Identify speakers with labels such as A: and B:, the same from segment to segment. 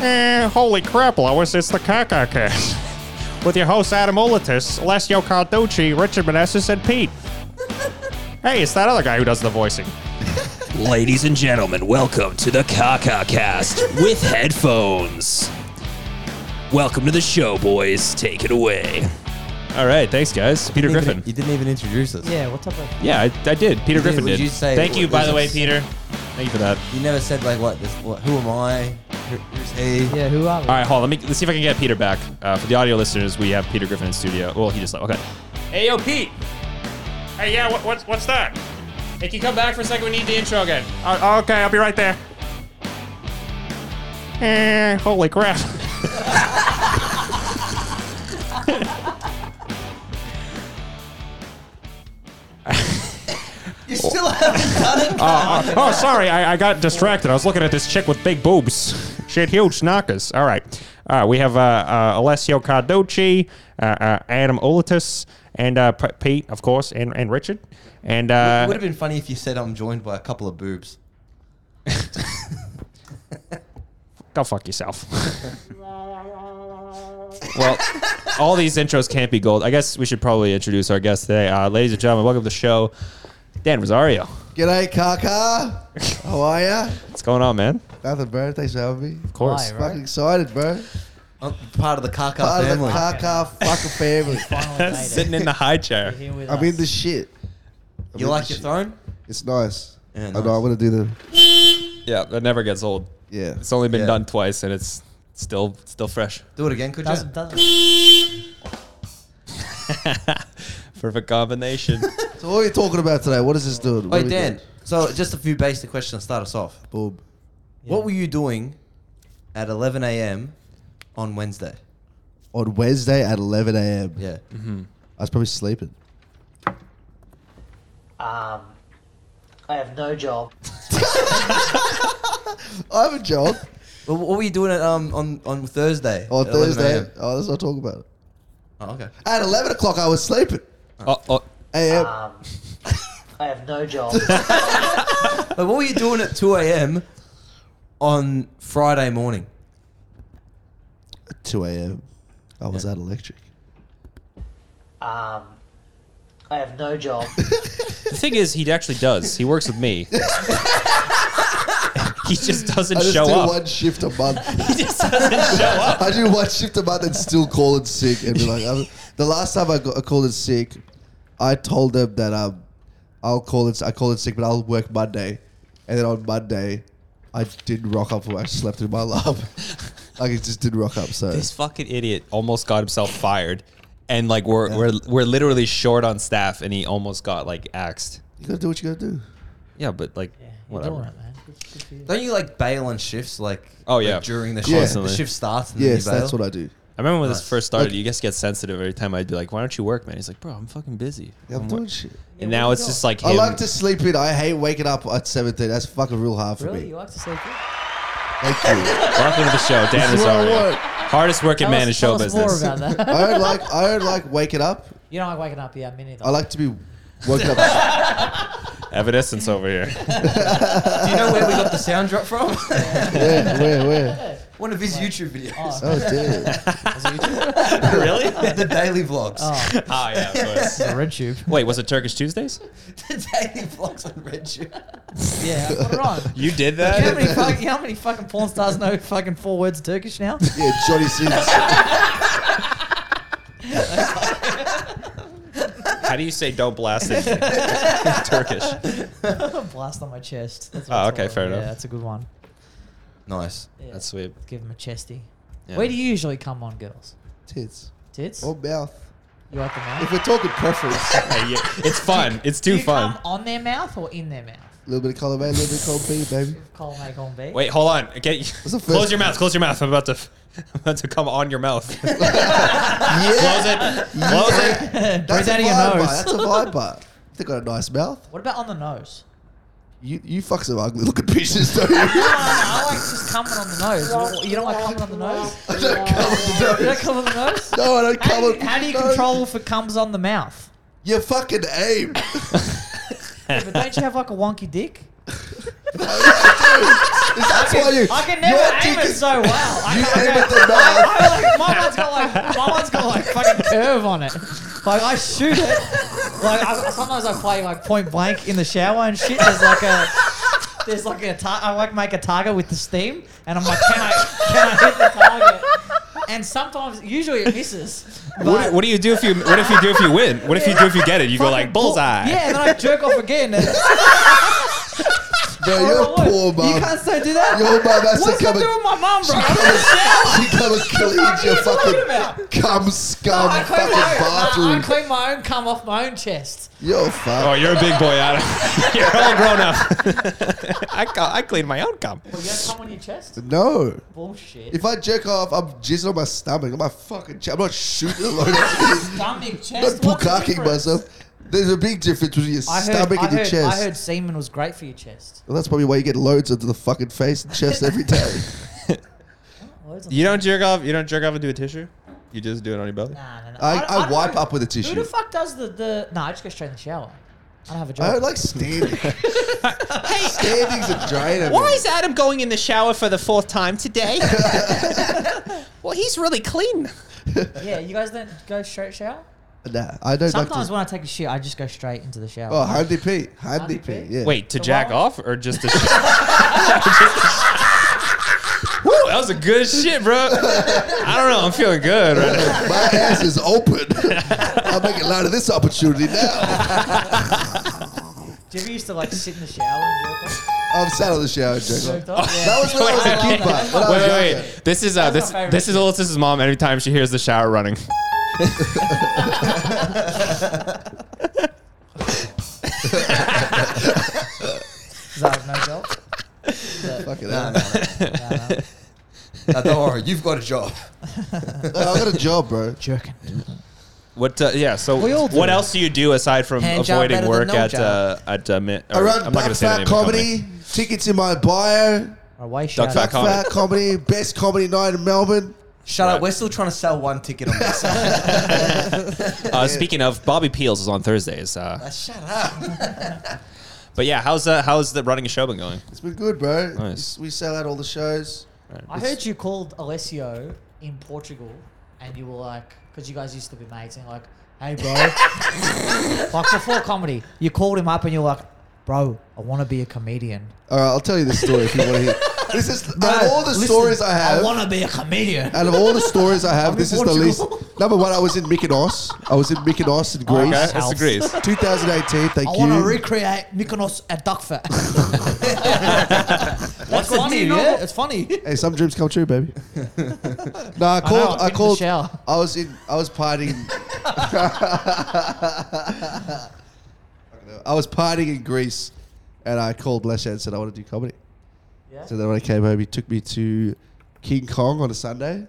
A: Eh, holy crap, Lois, it's the Caca Cast. With your hosts Adam Olatis, Alessio Carducci, Richard Manessis, and Pete. Hey, it's that other guy who does the voicing.
B: Ladies and gentlemen, welcome to the Kaka Cast with headphones. Welcome to the show, boys. Take it away.
C: All right, thanks, guys. Peter
D: didn't
C: Griffin.
D: Even, you didn't even introduce us.
E: Yeah, what's up with
C: yeah, I, I did. Peter
D: You did-
C: Griffin
D: would
C: did.
D: you say-
C: Thank you,
D: what
C: by
D: is
C: the way,
D: this?
C: Peter. Thank you for that.
D: You never said like what? This, what who am I? Here- Here's he.
E: Yeah, who are we?
C: All right, hold on. Let me let's see if I can get Peter back. Uh, for the audio listeners, we have Peter Griffin in studio. Well, he just left. Okay. Hey, yo, Pete.
A: Hey, yeah, what, what's, what's that?
C: Hey, can you come back for a second? We need the intro again.
A: Uh, okay, I'll be right there. Eh, holy crap.
D: You still haven't done it.
A: Oh, sorry, I, I got distracted. I was looking at this chick with big boobs. She had huge knockers. All right. Uh, we have uh, uh, Alessio Carducci, uh, uh, Adam Olatis, and uh, P- Pete, of course, and, and Richard. And
D: it would
A: uh,
D: have been funny if you said I'm joined by a couple of boobs.
A: go fuck yourself.
C: Well, all these intros can't be gold. I guess we should probably introduce our guest today. Uh, ladies and gentlemen, welcome to the show, Dan Rosario.
F: G'day, Kaka. How are ya?
C: What's going on, man?
F: Nothing, bro. Thanks for having me.
C: Of course.
E: Hi,
F: Fucking excited, bro.
D: I'm part of the Kaka
F: Part of the
D: family.
F: Kaka fucking family.
E: Finally made it.
C: Sitting in the high chair.
E: You're here with
F: I'm in
E: us.
F: the shit. I'm
D: you
F: in
D: like
F: the
D: your
F: shit.
D: throne?
F: It's nice.
D: Yeah,
F: I
D: nice.
F: know. I want to do the.
C: Yeah, that never gets old.
F: Yeah.
C: It's only been
D: Yeah.
C: done twice, and it's still still fresh.
D: Do it again, could you?
E: Doesn't, doesn't.
C: Perfect combination.
F: So what are you talking about today? What is this doing? What are
D: Wait,
F: we
D: Dan.
F: doing?
D: So just a few basic questions to start us off.
F: Boom.
D: What were you doing at 11 a.m. on Wednesday?
F: On Wednesday at 11 a.m.
D: Yeah.
E: Mm-hmm.
F: I was probably sleeping.
E: Um, I have no job.
F: I have a job.
D: Well, what were you doing at, um, on on Thursday?
F: On
D: at 11
F: Thursday.
D: a.m.?
F: Oh, that's what I'm talking about.
D: Oh, okay.
F: At 11 o'clock, I was sleeping.
C: oh, oh,
F: A.M.
D: Ah.
E: Um, I have no job.
D: But what were you doing at 2 a.m. on Friday morning?
F: 2 a.m. I was at Electric.
E: Um, I have no job.
C: the thing is, he actually does. He works with me. he just doesn't
F: I just
C: show
F: do
C: up.
F: one shift a month.
C: He just doesn't show up.
F: I do one shift a month and still call in sick and be like, I'm, the last time I, got, I called in sick, I told them that um, I'll call it. I call it sick, but I'll work Monday, and then on Monday, I didn't rock up. for I slept in my lab. like it just didn't rock up. So
C: This fucking idiot almost got himself fired, and like we're we're we're literally short on staff, and he almost got like axed.
F: you gotta do what you gotta do.
C: Yeah, but like
E: Yeah, you're doing
C: whatever.
E: it, man. Good- good for you.
D: Don't you like bail on shifts? Like
C: Oh,
D: like,
C: yeah.
D: during the
F: Yeah.
D: shift, the
C: Constantly.
D: shift starts. And
F: Yes,
D: then you bail?
F: that's what I do.
C: I remember when this
D: Nice.
C: first started,
F: Like-
C: you guys get sensitive every time I'd be like, "Why don't you work, man?" He's like, "Bro, I'm fucking busy."
F: Yeah, I'm
C: I'm
F: doing
C: wor-"
F: shit.
C: And
E: Yeah,
C: now
E: what
C: it's
E: are you
C: just
E: doing?
C: like him.
F: I like to sleep in. I hate waking up at 17. That's fucking real hard for
E: Really?
F: me.
E: You like to sleep in?
F: Thank you.
C: Welcome to the show, Dan
F: is what I
C: Rosario,
F: want.
C: hardest working
E: Tell
C: man in
E: us-
C: show
E: tell us
C: business.
E: more about that.
F: I don't like. I don't like waking up.
E: you don't like waking up, yeah, me neither.
F: I like to be woken up.
C: Evanescence over here.
D: Do you know where we got the sound drop from?
F: where? Where? Where?
D: One of his YouTube videos.
E: Oh,
F: Oh, dude.
C: really?
D: the daily vlogs.
E: oh,
C: Oh yeah, of course.
E: the red tube.
C: Wait, was it Turkish Tuesdays?
D: the daily vlogs on RedTube.
E: Yeah, I put it on.
C: You did
E: You know, how many
C: that?
E: fuck, you know how many fucking porn stars know fucking four words Turkish now?
F: Yeah, Johnny Sins.
C: How do you say "don't blast it" in Turkish?
E: Blast on my chest. That's
C: Oh,
E: what
C: okay,
E: I call
C: fair
E: it.
C: enough.
E: Yeah, that's a good one.
D: Nice.
E: Yeah.
C: That's sweet.
E: Give him a chesty.
C: Yeah.
E: Where do you usually come on, girls?
F: Tits.
E: Tits?
F: Or mouth.
E: You like the mouth?
F: Oh. If we're talking preference, a
C: Hey, yeah, it's fun. It's
E: Do
C: too
E: you
C: fun.
E: come on their mouth or in their mouth?
F: little bit of column A, a little bit of column B, baby.
E: Column A, column B.
C: Wait, hold on. Okay,
F: the
C: close
F: first-
C: your mouth. Close your mouth. I'm about to, I'm about to come on your mouth. close it. Close it.
E: Breathe out of your
F: vibe
E: nose.
F: bar. That's a vibe bar. They got a nice mouth.
E: What about on the nose?
F: You you fuck some ugly looking bitches, don't you?
E: No, no, no, I like just coming on the nose. You don't like coming on the nose?
F: I don't cum on the
E: You don't
F: nose.
E: come on the nose?
F: No, I don't
E: How
F: cum
E: do
F: on
E: you, how do you
F: no.
E: control if it comes on the mouth?
F: Your fucking aim.
E: But don't you have like a wonky dick?
F: That's why you.
E: I can never
F: Your
E: aim
F: dick
E: it
F: is-
E: so well. I
F: You
E: can't
F: aim
E: go-
F: at the mark.
E: I like, my one's got like my one's got like fucking curve on it. Like I shoot it. Like I, sometimes I play like point blank in the shower and shit. There's like a there's like a tar- I like make a target with the steam and I'm like can I can I hit the target? And sometimes usually it misses. But
C: What, what do you do if you What if you do if you win? What if you do if you get it? You go like
E: fucking bull-
C: bullseye.
E: Yeah, and then I jerk off again. And,
F: Bro, you're a poor
E: You
F: mum.
E: can't still do that.
F: Your mum has to
E: What's that
F: come
E: do
F: and
E: with my mum, bro?
F: she come and clean your fucking
E: about?
F: cum scum
E: I clean,
F: fucking
E: my own, I, I
F: bathroom.
E: clean my own cum off my own chest.
F: You're
C: Oh,
F: fucked.
C: you're a big boy, Adam. you're all grown up. I ca- I clean my own cum.
E: Well, you don't cum on your chest?
F: No.
E: Bullshit.
F: If I jerk off, I'm jizzing on my stomach. On my fucking chest. I'm not shooting alone. I'm
E: Stomach,
F: not
E: chest. what's the
F: bukaking
E: difference?
F: myself. There's a big difference between your
E: I heard,
F: stomach
E: I,
F: and your
E: heard,
F: chest.
E: I heard semen was great for your chest.
F: Well, that's probably why you get loads into the fucking face and chest every day.
E: Words on-
C: You don't jerk off. You don't jerk off into a tissue. You just do it on your belly.
E: Nah, nah, nah.
F: I,
E: don't-
F: I,
E: don't
F: wipe
E: know.
F: up with a
E: Who
F: tissue.
E: the fuck does the, the. No, I just go straight in the shower. I don't have a
F: I
E: job.
F: don't like standing. Standing's a drain.
G: Why is Adam going in the shower for the fourth time today? well, he's really clean.
E: yeah, you guys don't go straight shower?
F: Nah, I don't
E: Sometimes
F: like
E: when I take a shit, I just go straight into the shower.
F: to. Oh, handy pee.
E: Handy
F: Handy pee.
E: pee?
F: Yeah.
C: Wait, to
E: So
C: jack
E: why-
C: off or just to? Sh- Woo, that was a good shit, bro. I don't know. I'm feeling good right now.
F: My ass is open. I'm making light of this opportunity now.
E: Do you ever used to like sit in the shower and jerk off?
F: I'm sat on the shower, Jacob.
E: Jerked off? Yeah.
F: That was when I was a
E: Wait,
F: kid, but when I was
C: Wait,
F: younger.
C: wait, wait. This is uh,
E: That's my
C: this
E: favorite.
C: this is Alyssa's mom. Anytime she hears the shower running,
E: Is that no job?
F: Fucking
D: No,
F: hell.
D: no, no. No, don't worry. You've got a job.
F: No, I got a job, bro.
E: Jerking.
C: what? Uh, yeah. So,
E: We all do.
C: what else do you do aside from
E: Hand job better
C: avoiding
E: than
C: work
E: no
C: at
E: job.
C: uh, at uh, mi-
F: I
C: or-
F: run
C: I'm not gonna
F: Black
C: say the name
F: Fat
C: of the company. Oh.
F: Comedy. Tickets in my bio.
E: Or away
C: Duck
E: shout
C: Fat
E: out.
C: Comedy.
F: Fat Comedy. Best comedy night in Melbourne.
D: Shut up. We're still trying to sell one ticket on this.
C: Uh, speaking of, Bobby Peels is on Thursdays. Uh,
D: Shut up.
C: but yeah, how's uh, how's the running a show been going?
F: It's been good, bro.
C: Nice.
F: We sell out all the shows.
E: I heard you called Alessio in Portugal and you were like, because you guys used to be mates and like, hey, bro. like before comedy, you called him up and you're like, bro, I want to be a comedian.
F: All right, I'll tell you this story if you want to hear. This is out
E: Bro,
F: of all the
E: listen,
F: stories I
E: I
F: have.
E: want to be a comedian.
F: out of all the stories I have,
E: I'm
F: this
E: in
F: is the least.
E: Portugal.
F: Number one, I was in Mykonos. I was in Mykonos in
E: Oh,
F: Greece,
E: okay.
C: That's the Greece.
F: 2018. Thank
E: I
F: you.
E: want to recreate Mykonos at Duckfat. That's funny, yeah? It's funny.
F: hey, some dreams come true, baby. no,
E: know,
F: I
E: I've
F: called.
E: been in
F: I,
E: the
F: called.
E: shower.
F: I was in. I was partying. I was partying in Greece, and I called Lesha and said I want to do comedy.
E: Yeah.
F: So then when I came home, he took me to King Kong on a Sunday,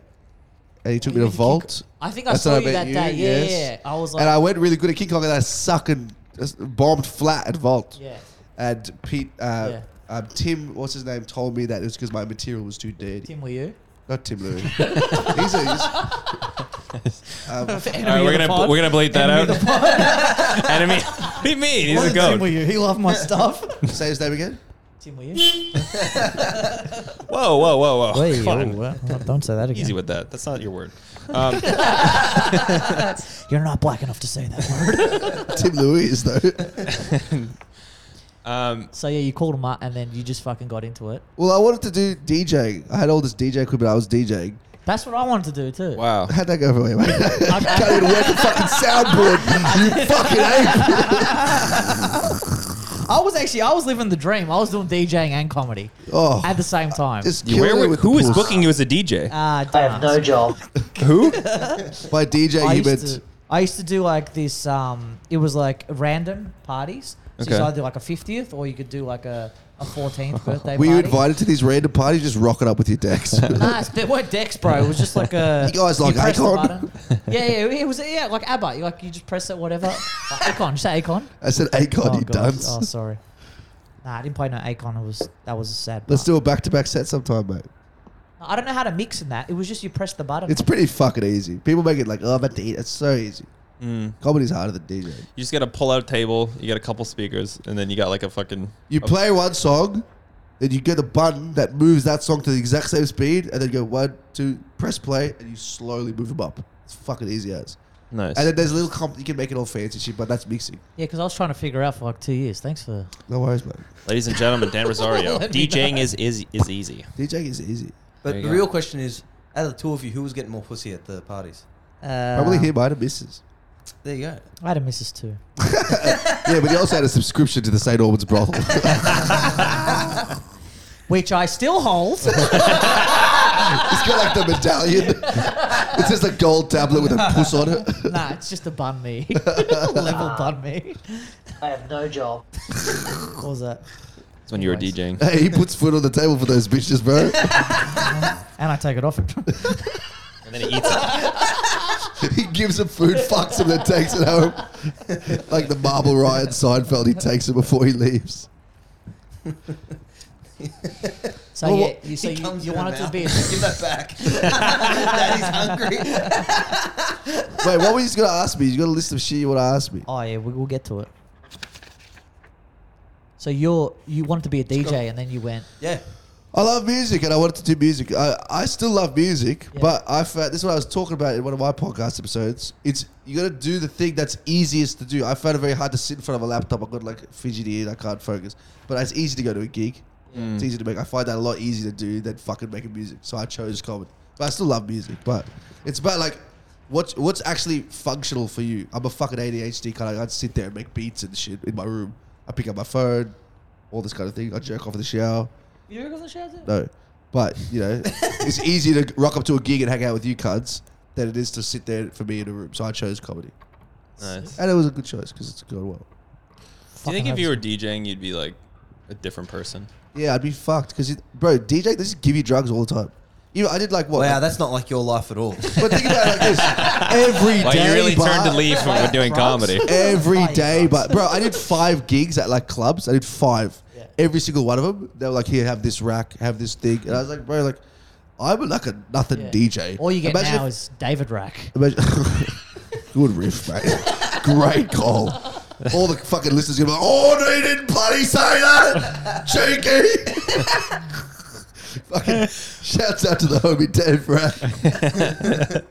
F: and he took me to Vault.
E: I think I
F: That's
E: saw
F: when
E: you
F: I met
E: that
F: you,
E: day. Yeah,
F: yes.
E: yeah. I was like,
F: and I went really good at King Kong, and I sucking just bombed flat at Vault.
E: yeah.
F: And Pete, uh,
E: Yeah.
F: um, Tim, what's his name, told me that it was because my material was too dirty.
E: Tim, were you?
F: Not Tim Leary. he's a, he's,
C: All
E: Um,
C: right, we're gonna we're gonna bleed that out. Enemy. What do you mean? He's a
E: Tim, were
C: goat.
E: you? He loved my stuff.
F: say his name again.
E: Tim, were you?
C: Whoa, whoa, whoa, whoa.
E: Wait,
C: Come on.
E: don't say that
C: Easy with that. That's not your word.
E: You're not black enough to say that word.
F: Tim Leary is though.
C: Um,
E: so yeah, you called him up and then you just fucking got into it.
F: Well, I wanted to do DJing. I had all this DJ equipment. I was DJing.
E: That's what I wanted to do too.
C: wow.
F: How'd that go for you, mate? you can't even work a fucking soundboard. You fucking ape.
E: I was actually I was living the dream. I was doing DJing and comedy
F: Oh,
E: at the same time.
F: just
C: You- Where
F: killing it
C: were,
F: with
C: who
F: the
C: was
F: puss.
C: booking you as a DJ?
E: Ah, I have no job.
C: who?
F: By DJ,
E: I
F: you
E: used,
F: meant
E: to, I used to do like this. Um, it was like random parties. So you
C: Okay.
E: could either do like a fiftieth or you could do like a a fourteenth birthday.
F: were
E: party.
F: you invited to these random parties? Just rocking up with your decks.
E: Nah, it's- they weren't decks, bro. It was just like a.
F: You guys like
E: press the
F: Akon?
E: button. Yeah, yeah, it was yeah, like ABBA. You like you just press it, whatever. Like, Akon, just say Akon.
F: I said, "Hey God,
E: oh,
F: you
E: God.
F: dunce."
E: Oh, sorry. Nah, I didn't play no Akon. It was that was a sad.
F: Let's
E: part.
F: do a back-to-back set sometime, mate.
E: I don't know how to mix in that. It was just you press the button.
F: It's pretty fucking easy. People make it like, "Oh, but eat. it's so easy." Comedy's harder than DJing.
C: Mm. You just got to pull out a table. You got a couple speakers, and then you got like a fucking.
F: You play one song, Then you get the button that moves that song to the exact same speed, and then go one, two, press play, and you slowly move them up. It's fucking easy as.
C: Nice.
F: And then there's a little comp. You can make it all fancy shit, but that's mixing.
E: Yeah, because I was trying to figure out for like two years. Thanks for.
F: No worries, man.
C: Ladies and gentlemen, Dan Rosario.
E: Let me
C: DJing is, is is easy.
F: DJing is easy.
D: But
C: There
D: the
C: you go.
D: real question is, out of the two of you, who was getting more pussy at the parties?
E: Uh,
F: Probably him. I had a missus.
D: There you go.
E: I had a missus too.
F: Yeah, but he also had a subscription to the St. Albans brothel.
E: Which I still hold.
F: It's got like the medallion. It's just a gold tablet with a puss on it.
E: nah, it's just a bun me. Level bun me. I have no job. what was that?
C: It's when you were
E: Nice.
C: DJing.
F: Hey, he puts food on the table for those bitches, bro.
E: And I take it off.
C: And then he eats it.
F: He gives them food, fucks them, then takes it home. Like the marble Ryan Seinfeld, he takes it before he leaves.
E: so
F: Well,
E: Oh, yeah,
F: what-
E: you, so
D: He
E: you,
D: comes
E: you
D: in
E: wanted
D: and
E: to
D: out.
E: be.
D: Give that back. Daddy's hungry.
F: Wait, what were you just gonna ask me? You got a list of shit you want to ask me.
E: Oh yeah, we, we'll get to it. So you're you wanted to be a DJ and then you went.
D: Yeah.
F: I love music and I wanted to do music. I, I still love music,
E: Yeah.
F: but I found this is what I was talking about in one of my podcast episodes. It's you gotta do the thing that's easiest to do. I found it very hard to sit in front of a laptop. I got like fidgety and I can't focus. But it's easy to go to a gig. It's easy to make. I find that a lot easier to do than fucking making music. So I chose comedy. But I still love music. But it's about like what's what's actually functional for you. I'm a fucking ADHD kind of. I'd sit there and make beats and shit in my room. I pick up my phone, all this kind of thing. I jerk off in the shower.
E: You ever go to the shower?
F: No. But, you know, it's easier to rock up to a gig and hang out with you cunts than it is to sit there for me in a room. So I chose comedy.
C: Nice.
F: And it was a good choice because it's gone well.
C: Do you think if you were DJing, you'd be like a different person?
F: Yeah, I'd be fucked because, bro, DJ, they just give you drugs all the time. You know, I did like what?
D: Wow, that's not like your life at all.
F: but think about it like this. Every day.
C: Like you really
F: bar-
C: turned to leave when we're doing comedy.
F: Every
E: Five
F: day, but bro, I did five gigs at like clubs. I did five.
E: Yeah.
F: Every single one of them. They were like, here, have this rack, have this thing. And I was like, bro, like, I'm like a nothing DJ.
E: All you get
F: Imagine if-
E: now is David Rack.
F: Imagine, good riff, mate. Great call. All the fucking listeners gonna be like, "Oh, no, you didn't bloody say that, cheeky." fucking shouts out to the homie Dave Rack.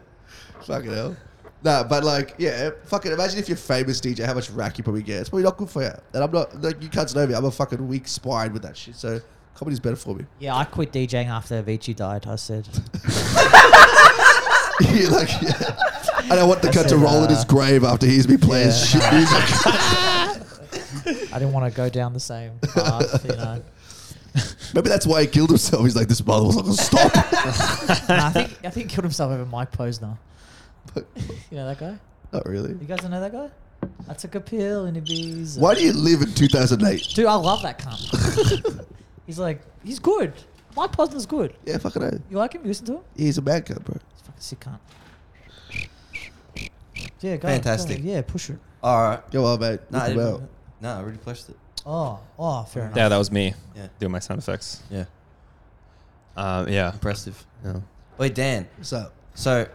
F: fucking hell. Nah, but like, yeah, fucking imagine if you're famous DJ, how much rack you probably get. It's probably not good for you. And I'm not, like, you can't know me. I'm a fucking weak spine with that shit. So comedy's better for me.
E: Yeah, I quit DJing after Avicii died. I said.
F: Yeah, like, yeah. And I want the cunt to
E: said,
F: roll
E: uh,
F: in his grave after he's me playing
E: yeah.
F: shit music.
E: I didn't want to go down the same path, you know.
F: Maybe that's why he killed himself. He's like, this mother was not gonna stop.
E: Nah, I think I think he killed himself over Mike Posner. you know that guy?
F: not really.
E: You guys don't know that guy? I took a pill in Ibiza.
F: Why do you live in 2008?
E: Dude, I love that cunt. he's like, he's good. Mike Posner's good.
F: Yeah, fucking hell.
E: You like him? You listen to him?
F: He's a bad cunt, bro.
E: He's a fucking sick cunt. Yeah, go
D: Fantastic.
E: Go, yeah, push it.
D: all right.
F: Go on, mate.
D: No, I,
F: Whip him out.
D: didn't, no, I really pushed it.
E: Oh, oh, fair enough.
C: Yeah, that was me
D: Yeah.
C: doing my sound effects.
D: Yeah.
C: Um, yeah.
D: Impressive.
C: No.
D: Wait, Dan.
F: What's up?
D: So,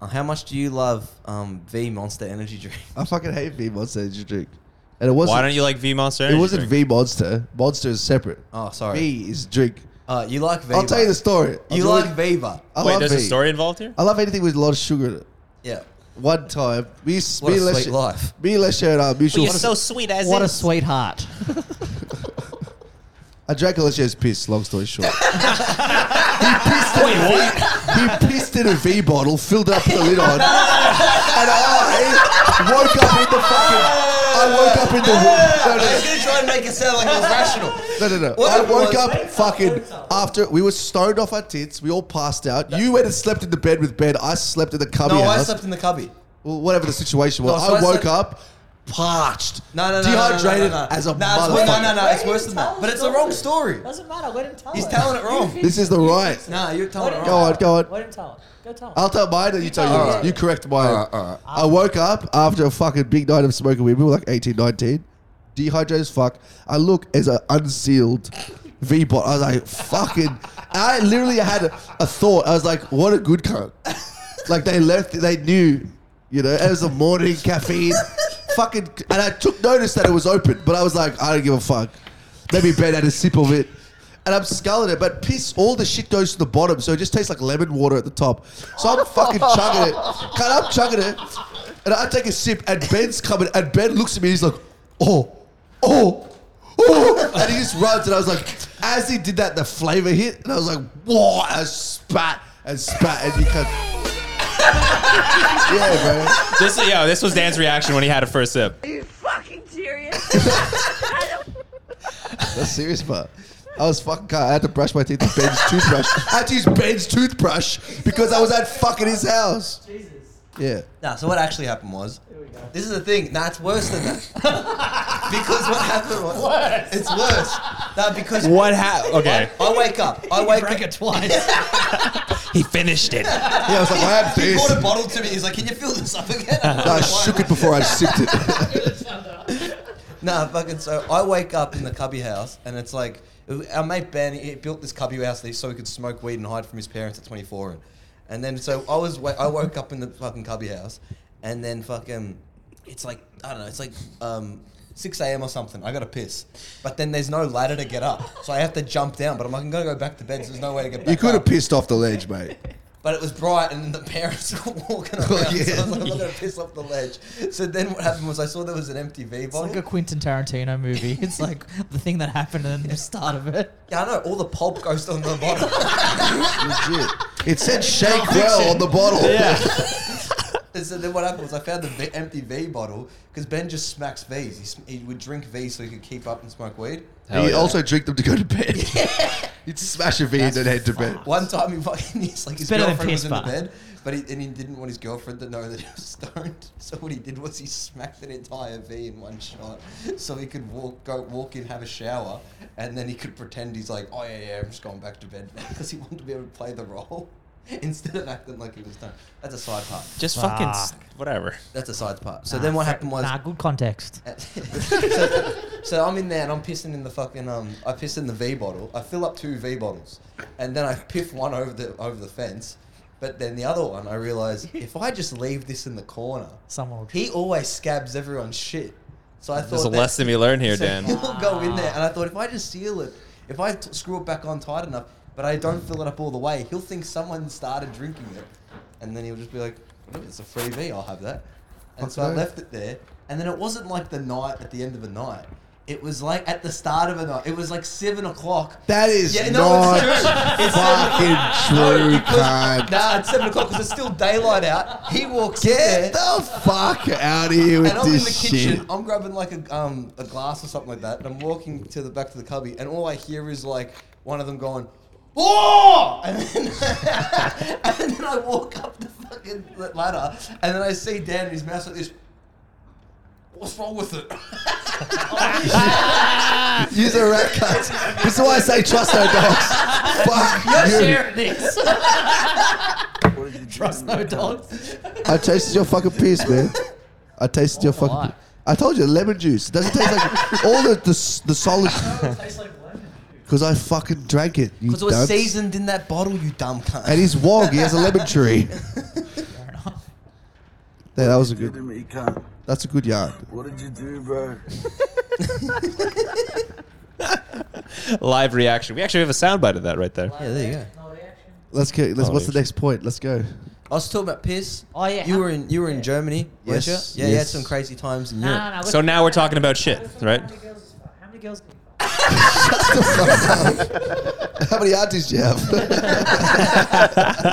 D: uh, how much do you love um, V Monster energy drink?
F: I fucking hate V Monster energy drink. And it wasn't.
C: Why don't you like V Monster?
F: it
C: Energy
F: wasn't
C: drink?
F: V Monster. Monster is separate.
D: Oh, sorry.
F: V is drink.
D: Uh, you like V.
F: I'll tell you the story.
D: You
F: I'll
D: like
F: tell
D: V, but
F: I
C: Wait,
F: love
C: there's a
F: V.
C: story involved here?
F: I love anything with a lot of sugar in it.
D: yeah.
F: One time, me, used-
D: What
F: me
D: a
F: and Les-
D: sweet life.
F: Me and Les shared our mutual.
G: Well, you're so sweet as
E: What a
G: is.
E: sweetheart.
F: I drank Alicia's piss, long story short. he, pissed in a V- he pissed in a V bottle, filled it up with a lid on, and I woke up in the fucking. I woke up in the. No, no, no.
D: gonna try and make it sound like it was rational.
F: No, no, no.
D: What
F: I woke
D: was-
F: up fucking after we were stoned off our tits. We all passed out. You went and slept in the bed with Ben. I slept in the cubby
D: No, I
F: house.
D: slept in the cubby.
F: Well, whatever the situation was,
D: No, so
F: I
D: I
F: woke
D: slept-
F: up parched,
D: No, no, no.
F: dehydrated
D: no, no, no, no.
F: as a
D: no, it's
F: motherfucker.
D: wor- No, no, no. It's worse than that. But it's a wrong story.
E: Doesn't matter. Let him tell
D: He's telling it wrong.
F: This is the right.
D: No, you're telling it
F: Go
D: wrong.
F: on, go on.
E: Let him tell it. Go tell
F: I'll tell mine and you tell yours.
D: Alright.
F: You correct mine.
D: Alright, alright.
F: I woke up after a fucking big night of smoking weed. We were like 18, 19. Dehydrated as fuck. I look as an unsealed V bot. I was like, fucking. I literally had a, a thought. I was like, what a good cunt. Like they left, they knew, you know, it was a morning caffeine. fucking. And I took notice that it was open, but I was like, I don't give a fuck. Maybe Ben had a sip of it. and I'm sculling it, but piss, all the shit goes to the bottom, so it just tastes like lemon water at the top. So I'm fucking chugging it. Cut up, chugging it. And I take a sip, and Ben's coming, and Ben looks at me, he's like, oh, oh, oh. And he just runs, and I was like, as he did that, the flavor hit, and I was like, whoa, and I spat and spat, and you cut. yeah, bro.
C: This, yo, this was Dan's reaction when he had a first sip.
H: Are you fucking serious?
F: That's serious, but I was fucking. cut. I had to brush my teeth with Ben's toothbrush. I had to use Ben's toothbrush because I was at fucking his house. Jesus. Yeah.
D: Nah, so what actually happened was, this is the thing. Nah, it's worse than that. because what happened was, it's worse. Nah, because
C: What happened? Okay.
D: I wake up. I wake
E: Drank
D: up.
E: it twice.
B: He finished it.
F: Yeah, I was like, I have
D: He
F: this.
D: brought a bottle to me. He's like, "Can you fill this up again?" I'm
F: I
D: like, "Why
F: shook it before I sipped it.
D: Nah, fucking. So I wake up in the cubby house, and it's like our mate Ben. He built this cubby house so he could smoke weed and hide from his parents at 24. And, and then so I was. wa- I woke up in the fucking cubby house, and then fucking. It's like I don't know. It's like um. 6 a.m. or something. I gotta piss, but then there's no ladder to get up, so I have to jump down. But I'm like, I'm gonna go back to bed. So there's no way to get back.
F: you could have
D: up.
F: pissed off the ledge, mate.
D: But it was bright, and the parents were walking around. So I was like, I'm not gonna piss off the ledge. So then what happened was I saw there was an MTV
E: It's
D: bottle.
E: like a Quentin Tarantino movie. It's like the thing that happened and then the start of it.
D: Yeah, I know. All the pulp goes on the bottom.
F: Legit. It said shake well on the bottle.
D: And so then what happened was I found the v- empty V bottle because Ben just smacks V's. He, sm- he would drink V so he could keep up and smoke weed.
F: He also drink them to go to bed. You'd smash a V and then head to bed.
D: One time he fucking he's like his
E: better than
D: girlfriend was in the
E: piss, but-
D: bed, but he, and he didn't want his girlfriend to know that he was stoned. So what he did was he smacked an entire V in one shot, so he could walk go walk in, have a shower, and then he could pretend he's like, oh yeah yeah, I'm just going back to bed because he wanted to be able to play the role instead of acting like he was stoned. That's a side part.
C: Just fucking s- whatever.
D: That's a side part. So then what happened was
E: Nah, good context.
D: so, so I'm in there and I'm pissing in the fucking um. I piss in the V bottle. I fill up two V bottles, and then I piff one over the over the fence. But then the other one, I realize if I just leave this in the corner,
E: Someone will
D: he always scabs everyone's shit. So I thought
C: There's a
D: that-
C: lesson we learned here,
D: so
C: Dan.
D: He'll go in there, and I thought if I just seal it, if I t- screw it back on tight enough, but I don't fill it up all the way, he'll think someone started drinking it, and then he'll just be like, "Look, "It's a free V, I'll have that." And so I
F: Okay.
D: left it there, and then it wasn't like the night at the end of the night. It was like at the start of a night. It was like seven o'clock.
F: That is
D: Yeah, no,
F: not
D: it's true. It's
F: fucking true, cunt.
D: Nah, it's seven o'clock because it's still daylight out. He walks in there.
F: Get the fuck out of here with
D: and I'm in the
F: this
D: kitchen.
F: shit.
D: I'm grabbing like a um a glass or something like that, and I'm walking to the back to the cubby, and all I hear is like one of them going, "Oh!" And then, and then I walk up the fucking ladder, and then I see Dan and his mouth like this. What's wrong with it?
F: Use a rat cut. This is why I say trust no dogs. Fuck you.
E: this. Trust no dogs.
F: I tasted your fucking piss, man. I tasted your
E: Why not?
F: fucking. I told you lemon juice. It doesn't taste like all the the, s- the solid. Because I fucking drank it. You
D: Because it was
F: dumb.
D: seasoned in that bottle, you dumb cunt.
F: And he's wog. He has a lemon tree. Yeah, that was a
I: Good to
F: good.
I: me, cunt.
F: That's a good yarn.
I: What did you do, bro?
C: Live reaction. We actually have a soundbite of that right there.
D: yeah, there you go.
F: Let's go. Let's,
C: Oh,
F: what's the next point? Let's go.
D: I was talking about piss.
E: Oh, yeah.
D: You were in you were in Germany, weren't you?
F: Yes,
D: Yeah, you had
F: yes.
D: some crazy times in
E: No,
D: Europe.
E: no, no.
C: So now we're talking about shit, right?
E: How many girls?
F: How many aunties do you have?
E: I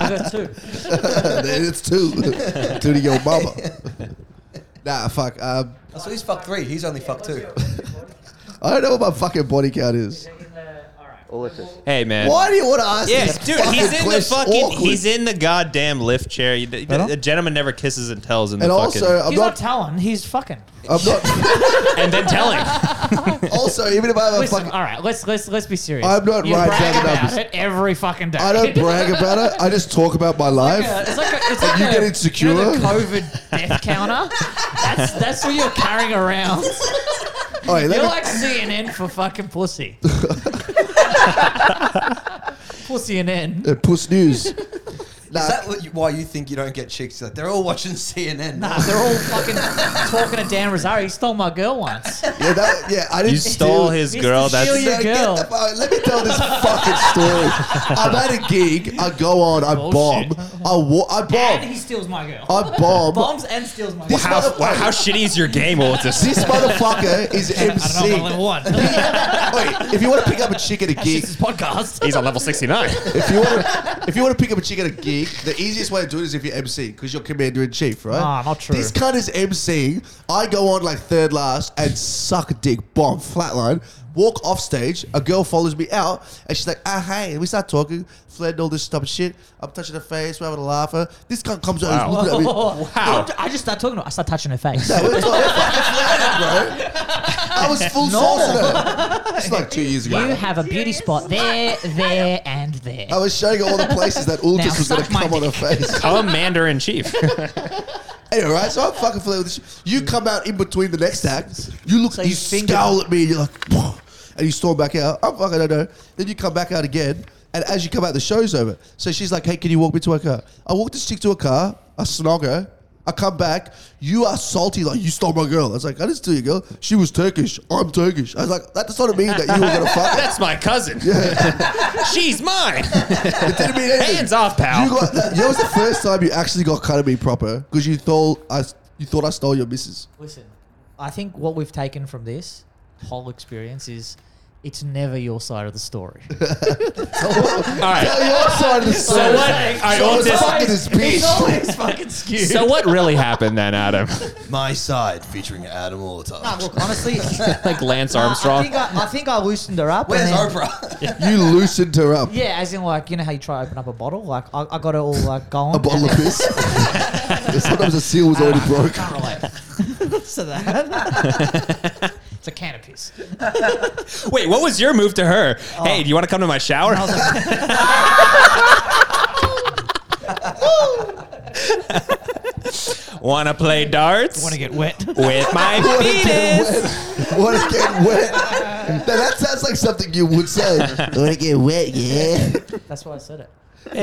E: got two.
F: then it's two. two to your mama. nah, fuck. Um,
D: Oh, So he's fucked three. He's only fucked two.
F: I don't know what my fucking body count is.
C: Hey, man.
F: Why do you want to ask
C: Yeah,
F: these
C: dude,
F: fucking
C: he's in the
F: questions?
C: fucking,
F: Awkward.
C: he's in the goddamn lift chair. You, you-
F: Hello?
C: a gentleman never kisses and tells in the
F: and
C: fucking,
F: also, I'm
E: He's not
F: not,
E: telling. He's fucking.
F: I'm not.
C: and then telling.
F: Also, even if I have a
E: Listen,
F: fucking,
E: all right, let's let's let's be serious.
F: I'm not
E: you
F: right
E: brag
F: down the
E: about
F: numbers.
E: it every fucking day.
F: I don't brag about it. I just talk about my life.
E: It's like a, it's like
F: you
E: a,
F: get
E: You know the
F: insecure?
E: COVID death counter. That's that's what you're carrying around.
F: Oh, let
E: You're
F: me-
E: like CNN for fucking pussy. pussy and N.
F: uh, puss news. Nah.
D: Is that what you- why you think you don't get chicks? Like they're all watching CNN.
E: Nah, they're all fucking talking to Dan Rosario. He stole my girl once.
F: Yeah, that, yeah, I didn't.
C: You stole his
E: Mr.
C: girl.
E: Shield,
C: That's
E: your
F: No, get
E: girl.
F: the- uh, let me tell this fucking story. I'm at a gig. I go on. I
E: Bullshit.
F: bomb. I wa- I
E: and
F: bomb.
E: he steals my girl.
F: I bomb.
E: Bombs and steals my
F: Oh, This
E: girl.
C: how,
F: motherfucker.
C: wow, how shitty is your game, Altus?
F: This motherfucker is
E: I don't know, I'm only
F: MC.
E: one. That's
F: Wait, if you want to pick up a chick at a gig,
E: this podcast.
C: He's on level 69.
F: if you want to, if you want to pick up a chick at a gig, the easiest way to do it is if you're MC because you're commander in chief, right?
E: Nah, not true.
F: This cunt is MC. I go on like third last and suck a dick, bomb, flatline. Walk off stage. A girl follows me out, and she's like, "Ah, hey." And we start talking, flirting, all this stupid shit. I'm touching her face, we're having a laugh. Her. This cunt comes out, and he's looking at me.
E: Wow. Oh. I just start talking to her. I start touching her face.
F: No, we're talking fucking flirting, bro. I was full sauce on her. It's like two years ago.
E: You have a beauty spot there, there, and there.
F: I was showing her all the places that
E: Now
F: Ultis was going to
E: suck my
F: come on her face.
C: Commander in chief.
F: Anyway, right? So I'm fucking flirting with this. You come out in between the next act. You look, you,
E: you finger-
F: scowl at me. You're like, "Phew," and you storm back out. I'm fucking, I don't know. Then you come back out again. And as you come out, the show's over. So she's like, hey, can you walk me to her car? I walk this chick to her car. I snog her. I come back. You are salty. Like, you stole my girl. I was like, I didn't steal your girl. She was Turkish. I'm Turkish. I was like, that does not mean that you were going to fuck her.
C: That's my cousin. She's mine.
F: It didn't mean anything.
C: Hands off,
F: You
C: pal.
F: got that, that was the first time you actually got cut at me proper because you thought I you thought I stole your missus.
E: Listen, I think what we've taken from this whole experience is it's never your side of the story.
C: All right.
F: Tell your side of the story.
C: So what? I
F: Show
C: own
F: us
C: this.
F: fucking this bitch.
E: always fucking skewed.
C: So what really happened then, Adam?
D: My side featuring Adam all the time.
E: Nah, look, honestly,
C: Like Lance
E: I,
C: Armstrong.
E: think I, I think I loosened her up.
D: Where's
E: and then-
D: Oprah?
F: You loosened her up.
E: Yeah, as in like you know how you try to open up a bottle. Like I, I got it all like going.
F: A bottle of
E: and
F: piss. Sometimes the seal was already broke.
E: so that. it's a can of piss.
C: Wait, what was your move to her? Hey, do you want to come to my shower?
E: I was like,
C: Want to play darts
E: want to get wet.
C: with my penis?
F: Want to get wet? Now that sounds like something you would say. Want to get wet? Yeah.
E: That's why I said it.
F: But,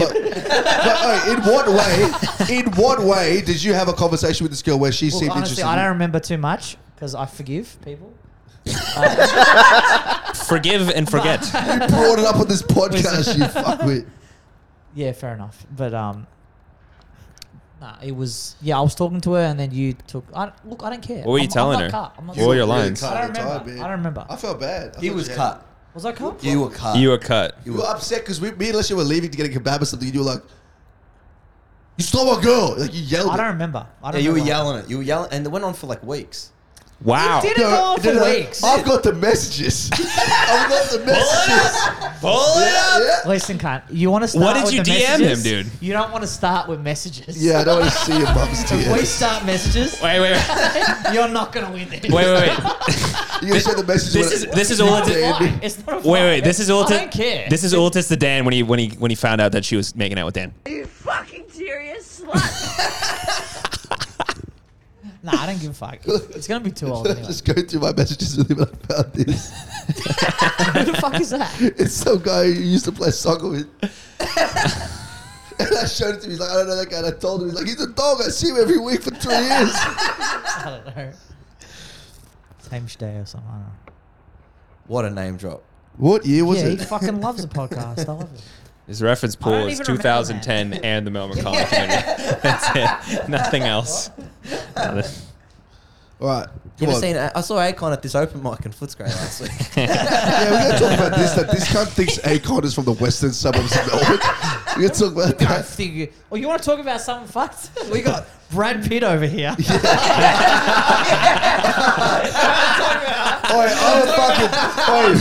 F: but alright, in what way? In what way did you have a conversation with this girl where she
E: Well,
F: seemed
E: honestly,
F: interested?
E: I
F: in you?
E: don't remember too much because I forgive people.
C: Forgive and forget.
F: brought it up on this podcast, you fuckwit.
E: Yeah, fair enough. But um, nah, it was yeah. I was talking to her, and then you took. I, look, I don't care. What
C: were you telling her? What were your
F: really
C: lines?
F: cut
E: I don't
F: at the
E: remember.
F: time,
E: I
F: man.
E: don't remember.
F: I felt bad. I
D: he
F: felt
D: was
F: bad.
D: cut.
E: Was I cut?
D: You were cut.
C: You were cut.
F: You were upset because we, me and Alicia were leaving to get a kebab or something. And you were like, "You stole my girl!" Like you yelled.
E: I
F: it.
E: don't remember. I
D: yeah,
E: don't
D: you were
E: remember.
D: yelling it. You were yelling, and it went on for like weeks.
C: Wow.
E: It didn't go
F: No,
E: on
F: no,
E: for
F: no,
E: weeks.
F: I've got the messages. I've got the messages.
C: Pull it up.
F: yeah, yeah.
E: Listen, cunt. You want to start?
C: What did
E: with
C: you
E: the
C: DM
E: messages?
C: him, dude?
E: You don't want to start with messages.
F: Yeah, I don't want to see your mum's
E: If we
F: tears.
E: start messages,
C: Wait, wait, wait,
E: you're not gonna win this.
C: wait, wait. wait.
F: You're gonna send the message.
C: This
F: when
C: is
F: it-
C: this is
E: It's
C: all.
E: not a
F: Ultis-
E: fight. It's not a
C: Wait, wait, wait.
E: fight.
C: This is
E: I
C: Ultis.
E: don't care.
C: This is Ultis the Dan when he when he when he found out that she was making out with Dan.
H: You fucking serious slut.
E: Nah, I don't give a fuck. It's gonna be too old anyway.
F: Just go through my messages with him and I found this.
E: Who the fuck is that?
F: It's some guy who used to play soccer with. and I showed it to him. He's like, I don't know that guy. And I told him, he's like, he's a dog. I see him every week for three years.
E: I don't know. Tamish Day or something. I don't know.
D: What a name drop.
F: What year was
E: yeah,
F: it?
E: he fucking loves a podcast. I love it.
C: His reference
E: I
C: pool
E: don't
C: is
E: even remember
C: 2010 and the Mel McCall community. That's it. Nothing else.
F: All right.
D: You
F: Come
D: ever
F: on.
D: seen? I saw Akon at this open mic in Footscray last week.
F: Yeah, we're going to talk about this. That this cunt thinks Akon is from the western suburbs of Melbourne. We're going to talk about
E: I
F: that.
E: think. you- Well, you want to talk about something fucked? We got Brad Pitt over here.
F: Oi, I'm a fucking. Oi,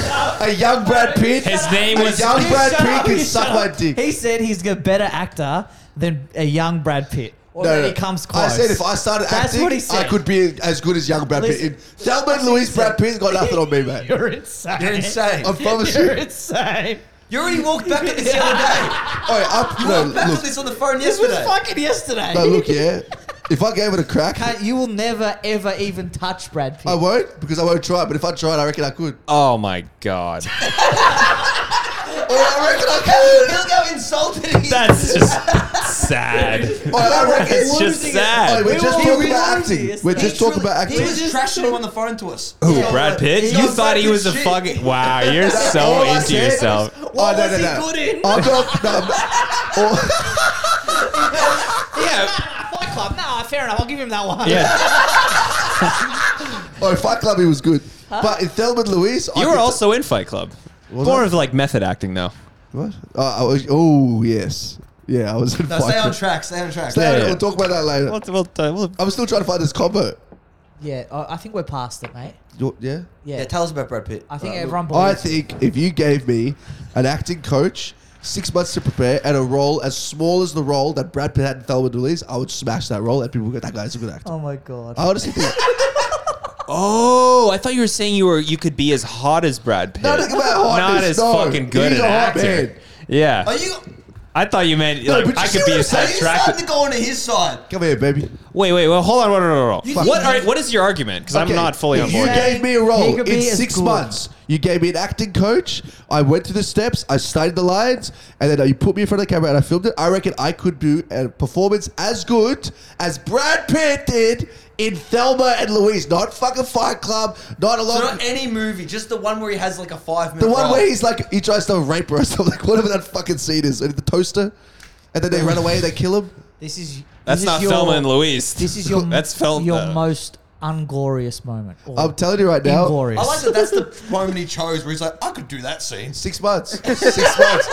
F: a young Brad Pitt.
C: His name
F: a
C: was
F: young Brad
E: Shut up,
F: Pitt can
E: you
F: suck
E: shut
F: my
E: up.
F: dick.
E: He said he's a better actor than a young Brad Pitt. Or that he comes close.
F: I said if I started
E: That's
F: acting,
E: what he said.
F: I could be as good as young Brad Pitt.
E: Listen,
F: In Thelma and Louise, Brad Pitt's got nothing on me, man.
E: You're insane.
D: You're insane.
F: I promise
E: You're
F: you.
E: insane.
D: you already walked back at this the other day.
F: Oi, I,
D: You
F: no,
D: walked back
F: look,
D: at this on the phone
E: This was
D: yesterday.
E: fucking yesterday.
F: no, look, yeah. If I gave it a crack, I
E: Cunt, you will never ever even touch Brad Pitt.
F: won't because I won't try. But if I tried, I reckon I could.
C: Oh my god.
F: Oh, I reckon I could.
D: Look how insulted he is.
C: That's just sad.
F: Oh, I reckon
C: It's just
F: Oh,
C: sad.
F: we're just
E: were
F: talking
E: losing
F: about acting.
E: this
F: We're
E: thing.
F: just talking about
D: He
F: acting.
D: was just trashing him on the phone to us.
F: Oh,
C: Who, Brad Pitt?
D: He's
C: You
D: got
C: thought he
D: fucking
C: was a
D: shit.
C: fucking wow. You're so
F: all I
C: into
F: said.
C: yourself.
F: What oh, no, no, no. I'm not. No, I'm- or-
E: Fight Club. Nah, fair enough. I'll give him that one.
C: Yeah,
F: oh, Fight Club, he was good. But in Thelma and Louise, I
C: you were
F: could-
C: also in Fight Club.
F: Was
C: More
F: I?
C: of like method acting, though.
F: What? Oh, I was, oh yes, yeah, I was in
D: No,
F: Fight
D: stay on
F: Club.
D: track. Stay on track.
F: Stay on-
C: yeah.
F: We'll talk about that later.
C: We'll, we'll, uh, we'll-
F: I'm still trying to find this combo.
E: Yeah, I I think we're past it, mate.
F: You- Yeah.
E: Yeah.
D: Yeah, tell us about Brad Pitt.
E: I think
D: Uh,
E: everyone
F: I
E: believes.
F: think if you gave me an acting coach, six months to prepare, and a role as small as the role that Brad Pitt had in Thelma and Louise, I would smash that role. And people would go, "That guy's a good actor."
E: Oh my god.
F: I honestly think.
C: oh, I thought you were saying you were you could be as hot as Brad Pitt.
F: No, think about hotness,
C: Not as
F: no.
C: fucking good
F: He's
C: an
F: a hot
C: actor.
F: man.
C: Yeah,
D: Are you?
C: I thought you meant like,
F: but you
C: I
F: see
C: could be
F: what
C: a
F: I'm
C: side
F: saying?
C: track.
D: Starting to go onto his side.
F: Come here, baby.
C: Wait, wait, well, hold on, hold on, hold on, hold on.
F: Oh, Fuck.
C: What are, what is your argument? Because I'm
F: Okay,
C: not fully
F: if
C: on
F: You
C: board.
F: gave me a
E: He
F: role
E: could be
F: in
E: as
F: six
E: good.
F: months. You gave me an acting coach. I went through the steps. I studied the lines, and then you put me in front of the camera and I filmed it. I reckon I could do a performance as good as Brad Pitt did in Thelma and Louise. Not fucking Fight Club. Not a
D: So
F: lot.
D: not any movie, just the one where he has like a five minute.
F: the one
D: role.
F: where he's like he tries to rape her or something. Whatever that fucking scene is. The toaster, and then they run away. They kill him.
E: This is. This
C: That's
E: is
C: not
E: your,
C: Thelma and Louise.
E: This is your.
C: That's Thelma.
E: Your most unglorious moment. Or
F: I'm telling you right now.
E: inglorious.
D: I like that. That's the moment he chose where he's like, I could do that scene.
F: Six months. Six months.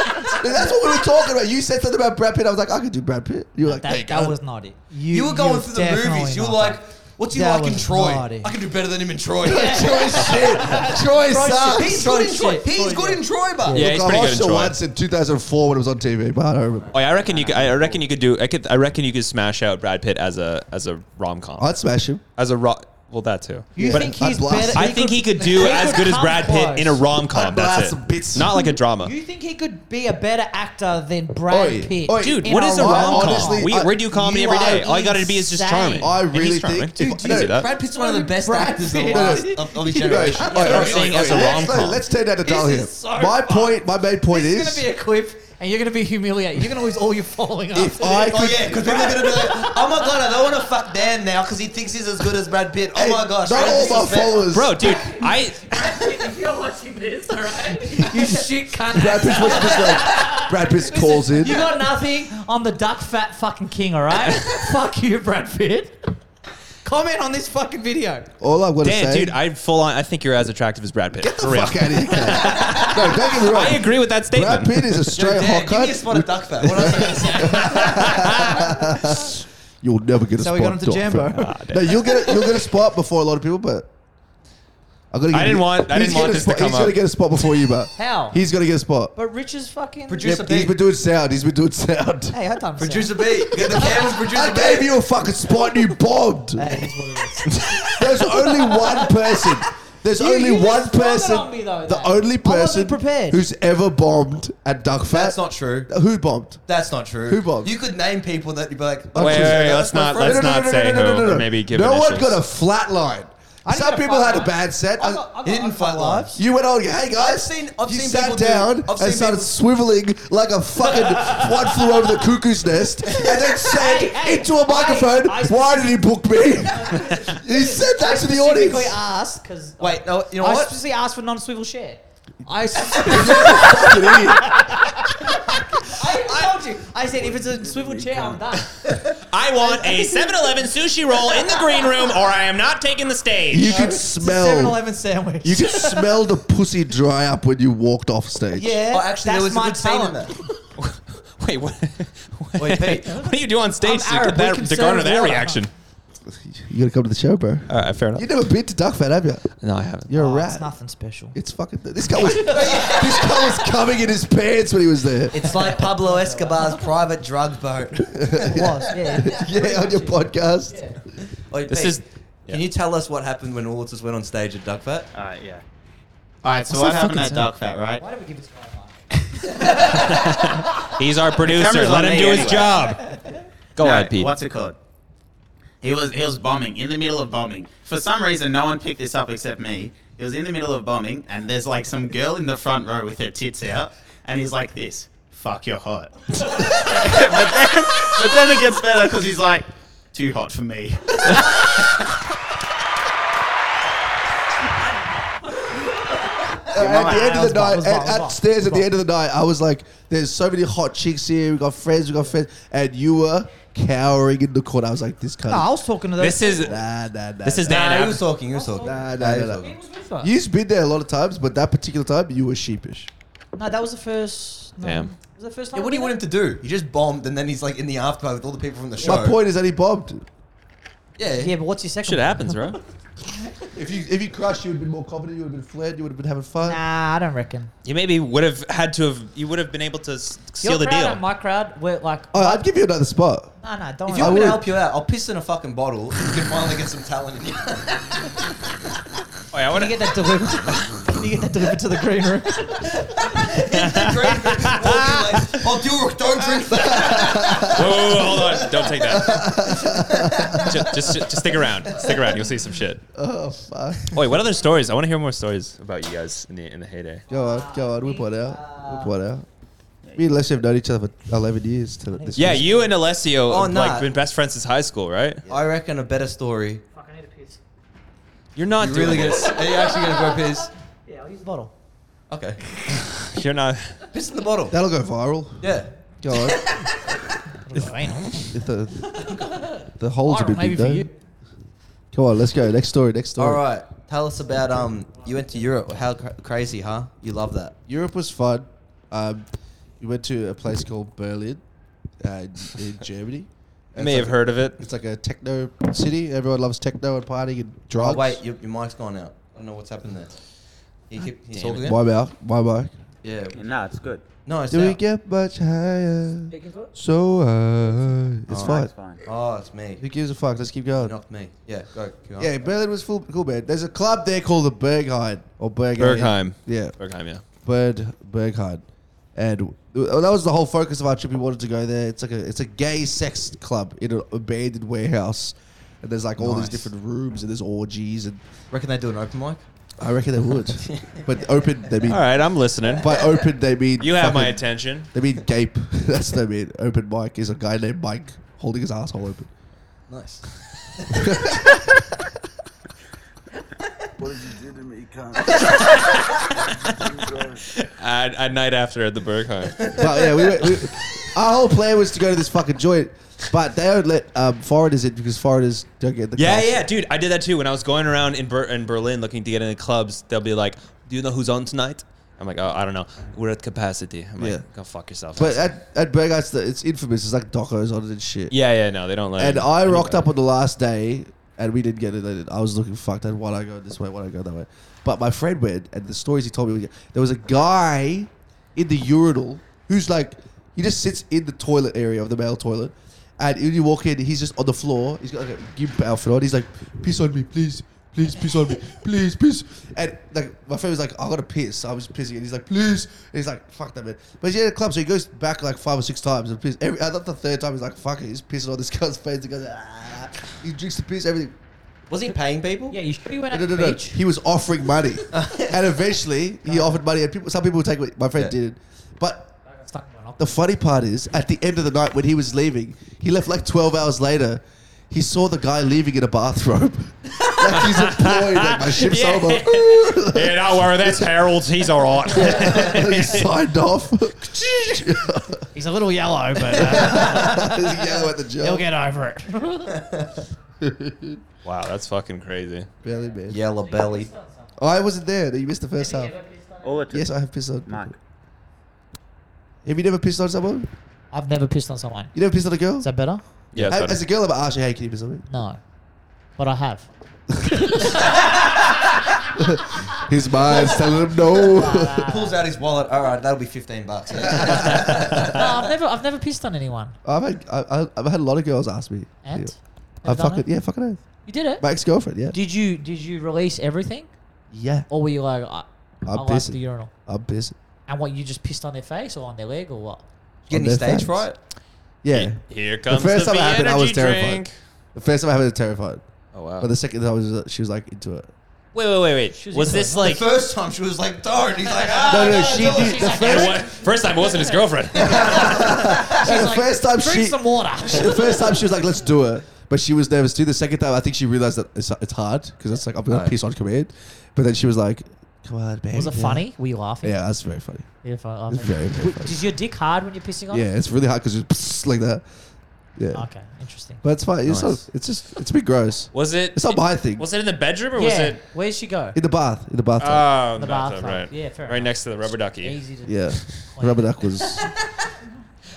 F: And that's what we were talking about. You said something about Brad Pitt. I was like, I could do Brad Pitt. You were like,
E: that,
F: that,
E: that was not it.
D: You, were going through the
E: definitely
D: movies. You were
E: not
D: like,
E: that.
D: what's he
E: That
D: like in
E: was
D: Troy?
E: naughty.
D: I could do better than him in Troy.
F: Troy shit. Troy sucks.
D: He's
E: Troy
D: good in Troy.
E: shit.
D: He's good in Troy, but
C: Yeah, he's
F: Look, I
C: pretty good
F: watched
C: in Troy.
F: it once in 2004 when it was on TV, but I don't remember.
C: Oh, yeah, I reckon you. Could, I reckon you could do. I could. I reckon you could smash out Brad Pitt as a as a rom com.
F: I'd smash him.
C: As a ro- well, that too.
E: You
C: But
E: think
F: I
E: he's
F: blast-
E: better?
C: I think he could do
E: he
C: as
E: could
C: good as
E: come
C: Brad
E: close.
C: Pitt in a rom com.
F: I'd blast
C: That's
F: some
C: it.
F: bits.
C: Not like a drama.
E: You think he could be a better actor than Brad
F: Oi,
E: Pitt?
F: oi.
C: Dude,
E: in
C: what is a
F: I
C: rom
F: honestly-
C: com? We,
F: I-
C: we do comedy
F: you
C: every day.
F: are
C: All you got to be is just
E: insane.
C: charming.
F: I
C: And he's
F: really
C: charming.
F: think- Dude,
C: I can
F: no,
C: do that.
D: Brad Pitt's one of the best
E: Brad
D: actors in the
E: Pitt.
D: last of, of his generation.
F: No, no,
C: I'm saying as a
F: let's-
C: rom-com.
F: Let's turn that to Dal
E: This
F: here.
E: is so
F: my
E: fun.
F: point, my main point
E: This
F: is,
E: is gonna be a quip, and you're gonna be humiliated. You're gonna lose all your following
F: if
E: after
F: I
D: Oh
F: could,
D: yeah, because people are gonna be like, "Oh my god, I don't want to fuck Dan now because he thinks he's as good as Brad Pitt." Oh
F: Hey,
D: my gosh,
F: not
D: I
F: all my
D: disrespect-
F: followers,
C: Bro, dude, I
H: If you're watching this, alright?
E: this. You shit cunt.
F: Brad Pitt was just like, Brad Pitt calls in.
E: You got nothing on the duck fat fucking king, all right? Fuck you, Brad Pitt. Comment on this fucking video.
F: All I'm gonna
C: Dan,
F: say,
C: eh, dude, I full on. I think you're as attractive as Brad Pitt.
F: get the
C: for real.
F: fuck out of here. Kat. no, don't get me wrong.
C: I agree with that
F: Brad
C: statement.
F: Pitt is a straight
D: Dan,
F: hot
D: give me a
F: cut.
D: spot of duck fat. What else? Are you
F: You'll never get a
E: So
F: spot.
E: we got him to
F: Doc,
E: Jambo.
F: for-
C: Ah,
F: No, you'll get a, you'll get a spot before a lot of people, but I'm gonna. Get
C: I didn't want- I
F: he's
C: didn't want
F: gonna
C: this to
F: spot,
C: come
F: He's gonna
C: up.
F: get a spot before you, but
E: How?
F: he's gonna get a spot.
E: but Rich is fucking.
D: Producer-
F: Yep, he's been doing sound. He's been doing sound.
E: hey, I done
D: Producer B, get the cameras.
F: I
D: Producer B.
F: gave you a fucking spot and you bombed. There's only one person. There's
E: You-
F: only
E: you just
F: one
E: sprung it
F: person.
E: on me though,
F: the
E: then. I
F: only
E: wasn't
F: person
E: prepared.
F: who's ever bombed at Duck Fat.
D: That's not true.
F: Who bombed?
D: That's not true.
F: Who, Bob?
D: You could name people that you'd be like,
C: Wait,
F: Wait,
C: wait,
F: wait,
C: wait,
F: wait,
C: let's
D: my
C: not
D: friend.
C: let's not say who, but maybe give
F: No one
C: initials.
F: got a flat line.
E: I didn't
F: Some
E: get a
F: people
E: flat
F: had a
E: line.
F: bad set.
E: I
F: I-
E: got, I got
D: He didn't fight
E: unfun
D: live.
E: lives.
F: You went on, hey guys.
D: I've seen- I've
F: you
D: seen
F: sat
D: people do-
F: down
D: I've seen
F: and started
D: people-
F: swiveling like a fucking one flew over the cuckoo's nest and then said
E: Hey, hey,
F: into a microphone,
E: I- I-
F: why did he book me? he said that to the audience.
E: Specifically asked because
D: Wait, no, you know
E: I
D: what?
E: specifically asked for non-swivel share. I, s-
F: Fucking idiot.
E: I told you. I said if it's a swivel chair, I'm done.
B: I want a 7 Eleven sushi roll in the green room, or I am not taking the stage.
F: You could
E: It's a 7
F: smell.
E: Eleven sandwich.
F: You could smell the pussy dry up when you walked off stage.
E: yeah,
D: Oh, actually,
E: that's
D: there was a
E: my
D: good scene in
E: talent.
D: that.
C: Wait, what?
D: Wait, Pete.
C: What do you do on stage to,
E: I'm Arab,
C: get
E: we
C: that,
E: can
C: to garner
E: serve
C: that
E: water.
C: reaction?
F: You gotta come to the show, bro.
C: All right, fair enough.
F: You've never been to Duck Fat, have you?
C: No, I haven't.
F: You're a
E: Oh,
F: rat.
E: It's nothing special.
F: It's fucking. This guy was. this guy was coming in his pants when he was there.
D: It's like Pablo Escobar's private drug boat.
E: It was, yeah.
F: Yeah, on your podcast.
D: Wait,
C: This
D: Pete,
C: is-
D: Can you tell us what happened when all of us went on stage at Duck Fat?
I: Alright, yeah. Alright, so what happened at Duck Fat, right?
E: Why don't we give this guy a mic?
C: He's our producer.
I: camera's
C: Let
I: on
C: him
I: me
C: do his
I: anyway.
C: job. Go
I: No,
C: ahead, Pete.
I: What's it called? He was he was bombing in the middle of bombing. For some reason, no one picked this up except me. He was in the middle of bombing, and there's like some girl in the front row with her tits out, and he's like this. fuck, you're hot. but, then, but then it gets better because he's like, too hot for me.
F: at the end of the
E: That
F: night,
E: was bomb,
F: at,
E: that was bomb,
F: upstairs at
E: bomb.
F: the end of the night, I was like, "There's so many hot chicks here. We got friends. We got friends." And you were cowering in the corner. I was like, "This kind
E: No, I
F: of
E: was talking to those.
C: This is
F: nah, nah, nah."
C: this is
F: nah,
D: Nah,
C: Dan.
D: he
C: Ab-
D: was talking. He was talking.
F: nah, nah, nah, nah.
E: people.
F: You've been there a lot of times, but that particular time, you were sheepish.
E: no, that was the first. No,
C: Damn.
E: Was that the first time?
D: Yeah, what do you want him to do? He just bombed, and then he's like in the aftermath with all the people from the show.
F: My point is that he bombed.
D: Yeah,
E: Yeah, but what's your second?
C: Shit
E: one?
C: happens, bro.
F: If you if you crushed, you would have been more confident. You would have been flared. You would have been having fun.
E: Nah, I don't reckon.
C: You maybe would have had to have. You would have been able to s- seal
E: Your
C: the
E: crowd
C: deal.
E: and my crowd were like,
F: Oh, I'd give you another spot.
E: nah, nah, don't.
D: If
E: worry
D: you
E: about
D: want
E: it."
D: me to
F: would.
D: help you out, I'll piss in a fucking bottle. You can finally get some talent in you.
C: Wait, I
E: Can
C: wanna-
E: you get that delivered? Can you get that delivered to the green room?
D: oh, dude, don't drink that.
C: Whoa, whoa, whoa, hold on! Don't take that. just, just, just stick around. Stick around. You'll see some shit.
F: Oh fuck!
C: Wait, what other stories? I want to hear more stories about you guys in the in the heyday.
F: Go on, go on. Whip one out. Whip one out. Me and Leslie have known each other for eleven years. To this
C: Yeah, you and Alessio
D: Oh,
C: have
D: nah.
C: like been best friends since high school, right?
D: I reckon a better story.
H: Fuck, I need a piss.
C: You're not
D: You
C: doing
D: really gonna?
C: this.
D: Are you actually gonna go piss?
E: Yeah, I'll use the bottle.
D: Okay,
C: You're not.
D: piss in the bottle.
F: That'll go viral.
D: Yeah.
F: Go on. If the, the holes a bit
E: maybe
F: big
E: for
F: though.
E: you.
F: Come on, let's go. Next story. Next story.
D: All right. Tell us about um. You went to Europe. How cra- crazy, huh? You love that.
F: Europe was fun. Um, we went to a place called Berlin uh, in, in Germany.
C: You may have heard of it.
F: It's like a techno city. Everyone loves techno and partying and drugs.
D: Oh wait, your, your mic's gone out. I don't know what's happened there. You keep you talking.
F: My
D: again?
F: mouth, my mic.
D: Yeah.
I: No, it's good.
D: No, it's
F: Do we
D: out.
F: get much higher? So high. It's fine.
D: Oh, it's me.
F: Who gives a fuck? Let's keep
D: You
F: going.
D: knocked me. Yeah. Go. keep going.
F: Yeah, Berlin was full, cool, man. There's a club there called the Berghain or Berghain.
C: Bergheim.
F: Yeah.
C: Bergheim, yeah.
F: Bird Bergheim, and uh, that was the whole focus of our trip. We wanted to go there. It's like a it's a gay sex club in an abandoned warehouse, and there's like all
D: Nice.
F: these different rooms and there's orgies and
D: Reckon they do an open mic?
F: I reckon they would, but open they mean
C: All right, I'm listening.
F: by open they mean
C: You have my
F: fucking-
C: attention.
F: They mean gape. That's what they mean. Open mic is a guy named Mike holding his asshole open.
D: Nice.
C: At, at night after at the Bergheim.
F: But yeah, we, went, we our whole plan was to go to this fucking joint, but they don't let um, foreigners in because foreigners don't get in the
C: Yeah,
F: class.
C: yeah, dude. I did that too. When I was going around in, Ber- in Berlin looking to get into clubs, they'll be like, "Do you know who's on tonight?" I'm like, "Oh, I don't know. We're at capacity." I'm
F: Yeah.
C: like, "Go fuck yourself."
F: But at, at Bergheim's, it's infamous. It's like docos on it and shit.
C: yeah, yeah, no, they don't let.
F: And I rocked up on the last day, and we didn't get it. and I was looking fucked. And why do I go this way? Why do I go that way? But my friend went, and the stories he told me, were- there was a guy in the urinal who's like, he just sits in the toilet area of the male toilet, and when you walk in, he's just on the floor. He's got like a gimp outfit on. He's like, piss on me, please. Please piss on me, please piss. And like my friend was like, I gotta piss. I was pissing, and he's like, please. And he's like, fuck that man. But he's in a club, so he goes back like five or six times and piss. Every, I thought the third time he's like, fuck it, he's pissing on this guy's face. He goes, ah. He drinks the piss, everything.
D: Was he paying people?
E: Yeah, you should be went at
F: No, no,
E: the
F: no, no.
E: beach.
F: He was offering money, and eventually he offered money, and people. Some people would take it. My friend
D: Yeah.
F: didn't, but
E: I got stuck in my knock.
F: the funny part is, at the end of the night when he was leaving, he left like 12 hours later. He saw the guy leaving in a bathrobe. like he's employed, like my ship's
C: Yeah.
F: over.
C: Yeah, don't worry. That's Harold. He's all right.
F: he signed off. He's
E: He's a little yellow, but uh,
F: yellow at the
E: he'll
F: job.
E: get over it.
C: wow, that's fucking crazy.
F: Barely, man.
D: Yellow belly.
F: Oh, I wasn't there. You missed the first half. Yes, I have pissed on. people. Have you never pissed on someone?
E: I've never pissed on someone.
F: You never pissed on a girl?
E: Is that better?
C: Yeah,
F: As-
C: it's
F: As
C: better.
F: a girl, ever asked you, hey, can you piss on me?
E: No, but I have.
F: His mind's telling him no.
D: Pulls out his wallet. All right, that'll be fifteen bucks.
E: No, I've never, I've never pissed on anyone.
F: I've had I, I- I've had a lot of girls ask me.
E: And
F: Yeah. I
E: Never done
F: fucking
E: it?
F: yeah, fucking oath.
E: You did it.
F: My ex girlfriend, yeah.
E: Did you, Oh. did you release everything,
F: Yeah.
E: or were you like, I,
F: I'm
E: I'll ask the
F: pissing.
E: urinal?
F: I'm pissing.
E: And what you just pissed on their face or on their leg or what?
D: Getting
F: On their
D: his stage
F: fans.
D: fright.
F: Yeah.
C: Here comes
F: first
C: the
F: time it happened, I
C: energy
F: was terrified.
C: drink.
F: The first time I had it terrified.
C: Oh wow.
F: But the second time I was she was like into it.
B: Wait, wait, wait, wait.
E: She was
B: was
E: into
B: this
E: it, huh?
B: like
D: First time she was like, "Don't." He's like, "Ah."
F: No, no, she
D: don't."
F: did. The
B: It
F: first,
B: wa- first time it wasn't his girlfriend?
F: the first time
E: Drink
F: she,
E: some water.
F: the first time she was like, "Let's do it," but she was nervous too. The second time, I think she realized that it's, it's hard because it's like I'm gonna piss on command. But then she was like, "Come on, baby."
E: Was it funny? Were you laughing?
F: Yeah, that's very funny.
E: Yeah, if I, I
F: It's very, very funny.
E: Is your dick hard when you're pissing on?
F: Yeah, it's really hard because it's like that. Yeah,
E: Okay, interesting.
F: but it's fine. It's,
B: Nice.
F: not, it's just it's a bit gross.
B: Was it?
F: It's not my thing.
B: Was it in the bedroom or was
E: yeah,
B: it?
E: where'd she go?
F: In the bath, in the bathtub.
C: Ah.
B: Oh,
E: the
B: bathtub,
E: bathtub.
B: right?
E: Yeah, fair
B: Right
E: enough.
B: next to the rubber ducky
E: Easy to
F: yeah, rubber duck was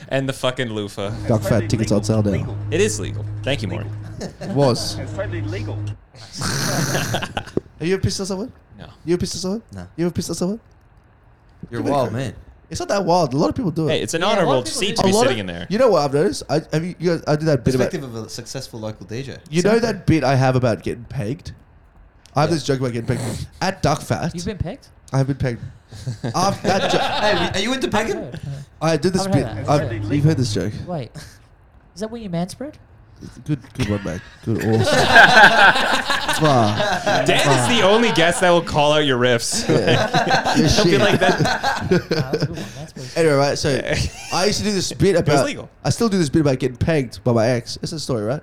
B: and the fucking loofah.
F: duck fat tickets on sale now.
B: It is legal. Thank you, Maury.
F: It was.
J: It's totally legal.
F: Have you ever pissed on someone?
B: No.
F: You ever pissed on someone?
D: No.
F: You ever pissed on someone?
D: You're a wild man.
F: It's not that wild. A lot of people do it.
B: Hey, it's an
E: Yeah, a lot of
B: honorable
E: people
B: seat to
E: do
F: a
B: be
F: lot
B: sitting
F: of-
B: in there.
F: You know what I've noticed? I have you, you guys, I did that bit about
D: Perspective of a successful local DJ.
F: You know that bit I have about getting pegged? I have this joke about getting pegged. At Duckfat,
E: You've been pegged?
F: I've been pegged. After that jo-
D: Hey, are you into pegging?
F: I did this
E: I've
F: bit.
E: heard that.
F: I've, you've heard this joke.
E: Wait, is that when you manspread?
F: Good, good one, mate. Good, awesome. Wow.
B: Dan is the only guest that will call out your riffs.
F: Yeah. Yeah, shit.
E: No, that's a good one. Manspread.
F: Anyway, right, so I used to do this bit about.
B: legal.
F: I still do this bit about getting pegged by my ex. It's a story, right?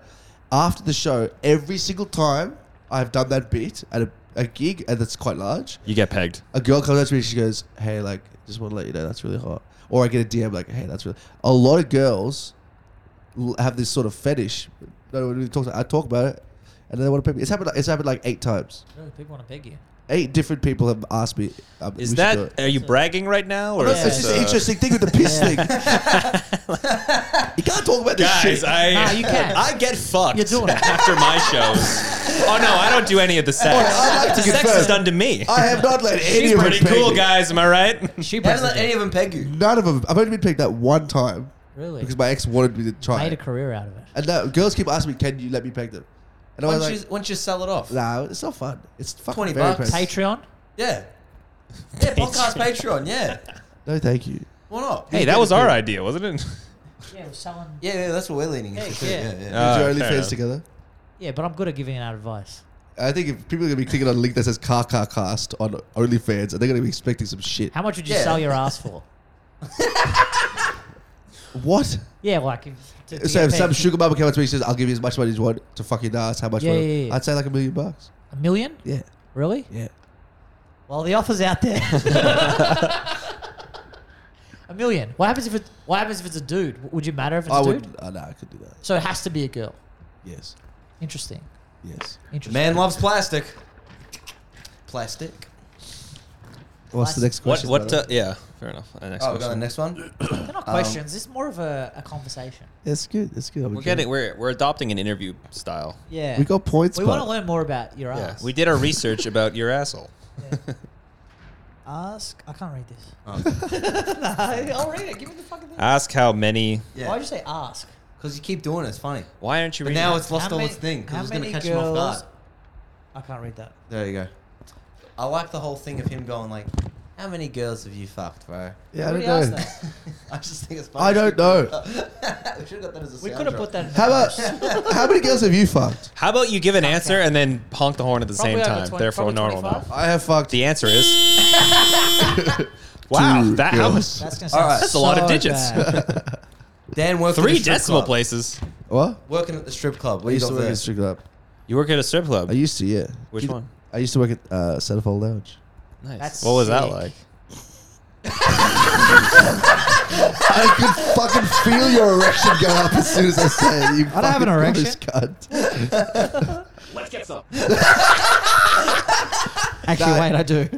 F: After the show, every single time I've done that bit at a, a gig, and it's quite large,
B: you get pegged.
F: a girl comes up to me. She goes, "Hey, like, just want to let you know that's really hot." Or I get a DM like, "Hey, that's really." A lot of girls l- have this sort of fetish. No one really talks. I talk about it, and then they want to peg me. It's happened. Like, it's happened like eight times.
E: Really, people want to peg you.
F: Eight different people have asked me. Um, we
B: Is
F: should do it.
B: that? Are you bragging right now, or
F: No,
B: is
F: it's
B: this,
F: just an
B: uh,
F: interesting thing with the piss thing. you can't talk about this
B: Guys,
F: shit.
B: I
E: Nah, you can.
B: I get fucked
E: You're doing it.
B: after my shows. Oh no, I don't do any of the sex.
F: I'd like to
B: the sex
F: confirm.
B: is done to me.
F: I have not let any
B: She's
F: of them
B: pretty cool,
F: peg me.
B: guys. Am I right?
E: She
D: How did
E: breaks the
D: let any
E: dick.
D: of them peg you?
F: None of them. I've only been pegged that one time
E: Really?
F: because my ex wanted me to try.
E: Made a
F: it.
E: career out of it.
F: And now girls keep asking me, "Can you let me peg them?" And I was
D: Once,
F: like,
D: you, once you sell it off.
F: "No, it's not fun. It's fucking
D: 20
F: very
D: bucks.
F: pricey."
E: Patreon.
D: Yeah. Yeah, podcast Patreon. Yeah.
F: No, thank you.
D: Why not?
B: Hey, that was our idea, wasn't it?
E: Yeah, we're selling.
D: Yeah, yeah, that's what we're leaning into.
E: Yeah,
D: too,
E: yeah.
D: yeah, yeah.
F: Uh,
B: Ah,
F: your
B: fair
F: OnlyFans
B: enough.
F: together.
E: Yeah, but I'm good at giving out advice.
F: I think if people are gonna be clicking on a link that says "car car cast" on OnlyFans, and they're gonna be expecting some shit.
E: How much would you
D: Yeah.
E: sell your ass for?
F: What?
E: Yeah, like if, to, to
F: So
E: get
F: if some
E: pegged.
F: sugar mama came up to me and says, "I'll give you as much money as you want to fuck your ass," how much?
E: Yeah,
F: money?
E: yeah, yeah.
F: I'd say like a million bucks.
E: a million,
F: Yeah,
E: really?
F: yeah.
E: Well, the offer's out there. a million. What happens if it? What happens if it's a dude? Would you matter if it's
F: I
E: a dude?
F: would. Oh, no, I could do that.
E: So it has to be a girl.
F: Yes,
E: Interesting.
F: yes.
E: Interesting.
D: Man loves plastic. Plastic.
F: What's the next
B: What?
F: question?
B: What?
F: brother?
B: Uh, yeah. Fair enough. Uh, next
D: Oh, we got the
B: question.
D: next one.
E: They're not
F: um,
E: questions. It's more of a, a conversation.
F: That's good. That's good. I'm
B: We're
F: enjoying
B: getting.
F: it.
B: We're we're adopting an interview style.
E: Yeah.
F: We got points.
E: We
F: but
E: want to learn more about your
B: Yeah.
E: ass.
B: We did our research about your asshole.
E: Ask. I can't read this.
F: Oh,
E: Nah, I'll read it. Give me the fucking
F: Uh,
E: thing.
B: Ask how many.
D: Yeah.
E: Why'd you say ask?
D: Because you keep doing it. It's funny.
B: Why aren't you
D: But
B: reading?
D: now
B: it?
D: it's lost
E: How
D: all
E: many-
D: its thing
E: how
D: because it's going to
E: many
D: catch him off
E: girls-
D: guard.
E: I can't read that.
D: There you go. I like the whole thing of him going like, "How many girls have you fucked, bro?"
F: Yeah, I don't
E: Nobody asked
F: know.
E: that.
D: I just think it's funny.
F: I don't know.
D: we should have got that as a
E: We could have put that. In
F: How about how many girls have you fucked?
B: How about you give an answer and then honk the horn at the
E: Probably
B: same
E: over
B: time?
E: 20
B: Therefore,
E: probably
B: normal. now.
E: 25.
F: I have fucked.
B: The answer is. wow,
F: two
B: that how much?
F: girls.
E: That's gonna
D: All
E: sound
D: right.
B: That's a lot of
E: so
B: digits.
E: bad.
D: Dan worked at
B: Three
D: a strip
B: decimal
D: club.
B: places.
F: What?
D: Working at the strip club. What do
F: I
D: you
F: used to
D: got
F: work
D: there?
F: at strip club.
B: You work at a strip club.
F: I used to, yeah.
B: Which
F: You-
B: one?
F: I used to work at uh, Centerfold Lounge.
B: nice.
E: That's
B: what was that
E: sick.
B: like?
F: I could fucking feel your erection go up as soon as I said it. You I
E: don't have an erection.
F: Cunt.
J: Let's get some.
E: Actually, wait, I do.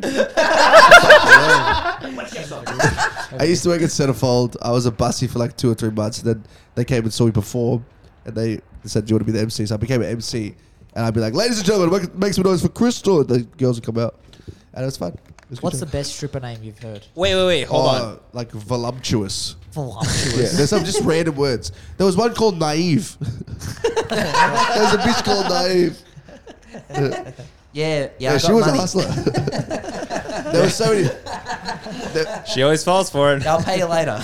J: Let's get some.
F: I used to work at Centerfold. I was a bussy for like two or three months. And then they came and saw me perform, and they said, "Do you want to be the MC?" So I became an MC, and I'd be like, "Ladies and gentlemen, make, make some noise for Crystal." And the girls would come out, and it was fun. It was a good
E: What's the
F: time.
E: best stripper name you've heard?
B: Wait, wait, wait. Hold
F: Oh,
B: on.
F: Like voluptuous. Yeah,
E: Voluptuous.
F: there's some just random words. There was one called naive. There's a bitch called naive.
D: Yeah, yeah.
F: Yeah,
D: I
F: she
D: got
F: was
D: money.
F: a hustler. there was so many. There,
B: She always falls for it.
D: I'll pay you later.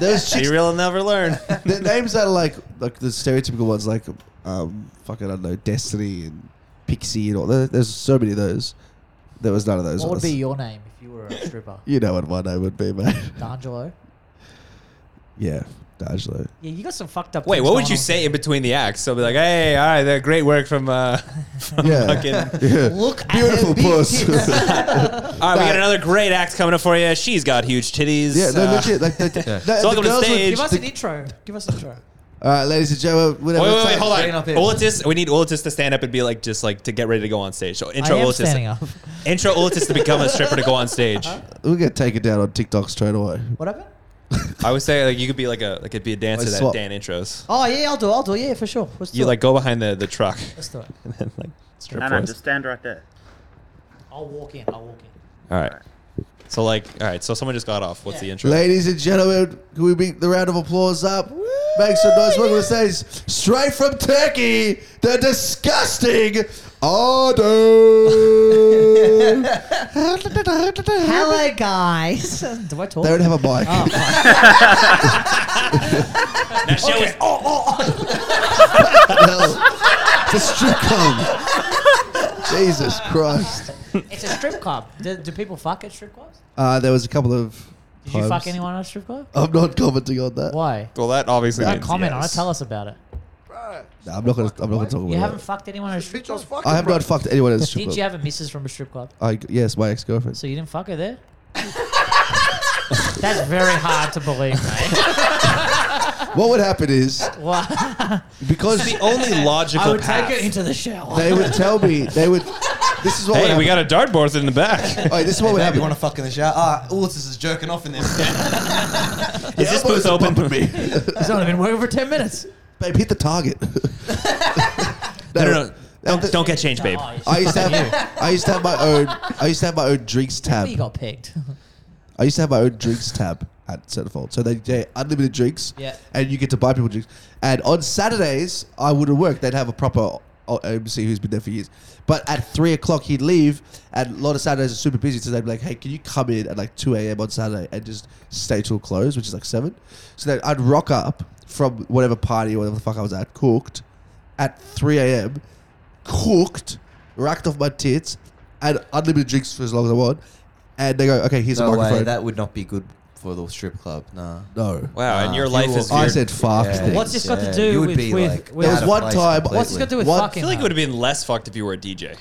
F: there was
B: She
F: chicks.
B: really never learn.
F: The names that are like like the stereotypical ones, like um, fucking I don't know, Destiny and Pixie and all. there- There's so many of those. There was none of those.
E: What would
F: ones.
E: be your name if you were a stripper?
F: You know what my name would be, mate.
E: D'Angelo?
F: yeah, D'Angelo.
E: Yeah, you got some fucked up.
C: Wait,
E: things
C: what
E: going
C: would you
E: on.
C: say in between the acts? So I'll be like, hey, all right, that great work from, uh, from
F: Yeah.
C: fucking. All right,
F: Yeah.
E: Look at
F: Beautiful
E: her big
F: puss.
E: tits.
C: we got another great act coming up for you. She's got huge titties.
F: yeah, no,
C: uh,
F: legit. Like, they, they,
C: So welcome to
F: girls would-
C: stage.
E: Give us an intro. Give us an intro.
F: all right, ladies and gentlemen, whatever.
C: Wait, wait, wait, hold on.
D: Bring it up here.
C: Olatis, we need Olatis to stand up and be like, just like to get ready to go on stage. So intro
E: I am standing
C: Olatis,
E: up.
C: intro Olatis to become a stripper to go on stage.
F: We're gonna take it down on TikTok straight away.
E: What happened?
C: I would say like you could be like a like it'd be a dancer
F: Like
C: that
F: swap.
C: Dan intros.
E: Oh yeah, I'll do. it, I'll do. it. Yeah, for sure. Let's
C: You
E: do
C: like
E: it.
C: go behind the the truck
E: Let's do it.
C: and then like strip
I: No,
C: for
I: no,
C: us.
I: just stand right there.
E: I'll walk in. I'll walk in.
C: All right. So like all right. So someone just got off. What's the
E: Yeah.
C: intro?
F: Ladies and gentlemen, can we beat the round of applause up? Make some noise. Welcome to the stage, straight from Turkey, the disgusting Ardo.
E: Hello, Oh, guys. do I talk?
F: they don't have a mic.
C: Now show us-
F: Oh, It's a strip oh. club. Jesus Christ.
E: It's a strip club. Do, do people fuck at strip clubs?
F: Uh, there was a couple of.
E: Did you fuck
F: times.
E: anyone at a strip club?
F: I'm not commenting on that.
E: Why?
C: Well, that obviously.
E: Don't
C: means
E: comment on it.
C: yes.
E: Tell us about it.
F: No, I'm not gonna. I'm not gonna talk
E: You
F: about
E: haven't
F: it.
E: fucked anyone at a strip club.
F: I have not fucked anyone at a strip
E: Did
F: club.
E: you have a missus from a strip club?
F: I, yes, my ex-girlfriend.
E: So you didn't fuck her there? That's very hard to believe, mate. Ah.
F: What would happen is
E: What?
F: because
C: The only logical
E: I would
C: path.
E: take her into the shower.
F: they would tell me they would. This is what would
C: hey, we
F: happen.
C: got a dartboard in the back.
F: All right, this is what would
D: Babe, you
F: happen.
D: want to fuck in the shower? Ah, Ulysses is jerking off in this.
C: Is this booth open? no,
E: It's only been working for 10 minutes.
F: Babe, hit the target.
C: no, no.
F: That-
C: Don't, don't get changed, babe.
E: Oh, you-
F: I used to have. I used to have my own. I used to have my own drinks tab.
E: you got picked.
F: I used to have my own drinks tab at Centerfold. So they get unlimited drinks,
E: Yeah.
F: and you get to buy people drinks. And on Saturdays, I wouldn't work. They'd have a proper o- MC who's been there for years. But at 3 o'clock, he'd leave, and a lot of Saturdays are super busy. So they'd be like, hey, can you come in at like 2 a.m. on Saturday and just stay till close, which is like 7? So then I'd rock up from whatever party or whatever the fuck I was at, cooked, at 3 a.m., cooked, racked off my tits, and unlimited drinks for as long as I want. And they go, okay, here's a
D: no
F: microphone.
D: way, that would not be good for the strip club. Nah.
F: No.
C: Wow, and
D: Nah,
C: your
D: you
C: life
D: will-
C: is.
F: I
C: weird.
F: said fuck.
D: Yeah.
F: things.
E: What's this got to do
D: you would
E: with-
D: be
E: with-
D: like
E: with-
F: There was
D: out of
F: one
D: place
F: time-
D: completely.
E: What's this got to do with
F: What-
C: I
E: fucking?
C: feel like it
E: her?
C: would have been less fucked if you were a DJ.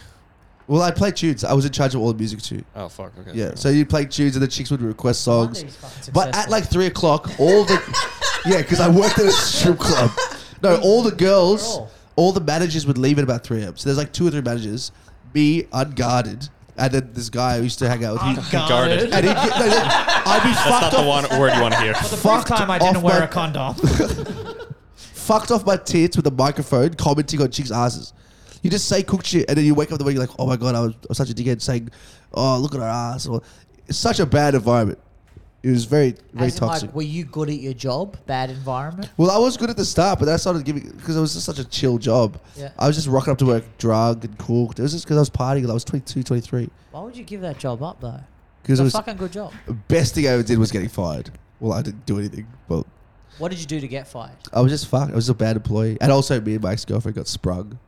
F: Well, I play tunes. I was in charge of all the music too.
C: Oh fuck. Okay.
F: Yeah, so you play tunes and the chicks would request songs.
E: wonder he's fucking
F: But at
E: successful.
F: like three o'clock, all the yeah, because I worked at a strip club. No, all the girls,
E: Girl.
F: all the managers would leave at about three a.m. So there's like two or three managers, me unguarded, and then this guy who used to hang out with.
E: Oh,
F: He,
C: Guarded.
F: and he'd get, no, no, I'd be
C: That's
F: fucked
C: not the
F: off,
C: one word you want to hear.
F: fucked off my-
E: condom.
F: fucked off my tits with a microphone commenting on chicks' asses. You just say cook shit, and then you wake up the morning you're like, oh my god, I was, I was such a dickhead saying, oh look at her ass. Or it's such a bad environment. It was very very
E: As in,
F: toxic.
E: like, were you good at your job? Bad environment?
F: well, I was good at the start, but that started giving because it was just such a chill job.
E: Yeah.
F: I was just rocking up to work drunk and cooked. It was just because I was partying. and I was 22, 23.
E: Why would you give that job up, though? It's
F: Because
E: a
F: it was
E: fucking good job.
F: the best thing I ever did was getting fired. Well, I didn't do anything, but
E: What did you do to get fired?
F: I was just fucked. I was a bad employee, and also me and my ex girlfriend got sprung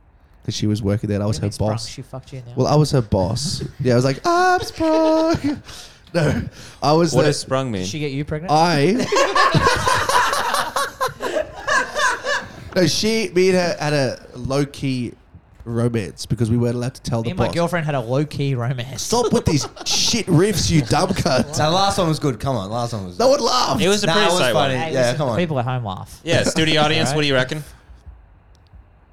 F: because she was working there. and I was
E: What do you
F: her
E: mean
F: boss.
E: sprung? She fucked you in the
F: Well, I was her boss. yeah, I was like, I'm sprung. No, I was.
C: What
F: the-
C: does sprung mean?
E: Did she get you pregnant?
F: I. no, she, me and her had a low key romance because we weren't allowed to tell
E: Me
F: the
E: and my
F: boss.
E: girlfriend had a low key romance.
F: Stop with these shit riffs, you dumb cunt.
D: Now, last one was good. Come on, last one was.
F: No one laughed.
C: it was a
D: Nah,
C: pretty
D: it was
C: sight
D: funny.
C: one.
D: Yeah,
E: Hey, listen,
D: come
E: the
D: on.
E: People at home laugh.
C: Yeah, studio audience. What do you reckon?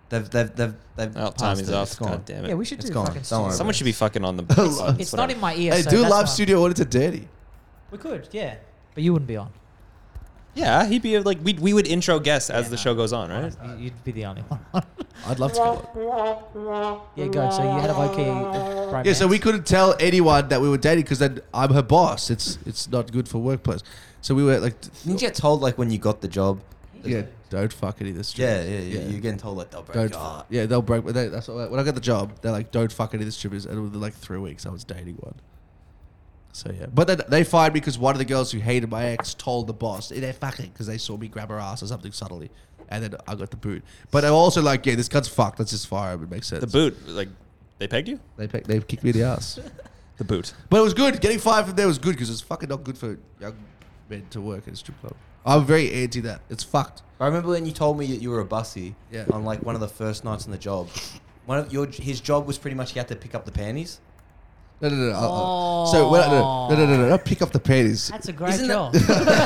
D: They've they've they've they've.
C: Oh,
D: passed
C: Tommy's
D: it.
C: off.
D: It's gone.
C: God damn it.
E: Yeah, we should
D: It's
E: do
D: gone.
E: fucking.
D: Don't
E: studio.
D: worry.
C: Someone should be fucking on the.
E: It's not in my ear.
F: Hey,
E: so
F: do
E: that's
F: live
E: why-
F: studio audience at Dirty.
E: We could, yeah, but you wouldn't be on.
C: Yeah, he'd be like we we would intro guests as the show goes on, right?
E: You- You'd be the only one. on.
F: I'd love to go.
E: yeah, go. So you had a low key romance.
F: Yeah, so we couldn't tell anyone that we were dating because then I'm her boss. It's it's not good for workplace. So we were like, t-
D: Didn't you get told like when you got the job?
F: yeah, don't fuck any of this. shit.
D: Yeah, yeah, yeah. You're getting told like they'll break
F: Don't.
D: your
F: F-
D: heart.
F: yeah, they'll break. They, that's what, when I got the job. They're like, don't fuck any of the strippers. And within like three weeks, I was dating one. So yeah, but then they fired me because one of the girls who hated my ex told the boss they're fucking because they saw me grab her ass or something subtly, and then I got the boot. But I'm also like, yeah, this guy's fucked. Let's just fire him. It makes sense.
C: The boot, like They pegged you?
F: They pe- they kicked me in the ass.
C: The boot.
F: But it was good. Getting fired from there was good because it's fucking not good for young men to work at a strip club. I'm very anti that. It's fucked.
D: I remember when you told me that you were a bussy
F: Yeah.
D: on like one of the first nights on the job. One of your his job was pretty much he had to pick up the panties.
F: No, no, no. no. I'll- I'll- So when I, no, no, no, no, no, not pick up the panties.
E: That's a great
D: Isn't that-
E: job.
F: No, no.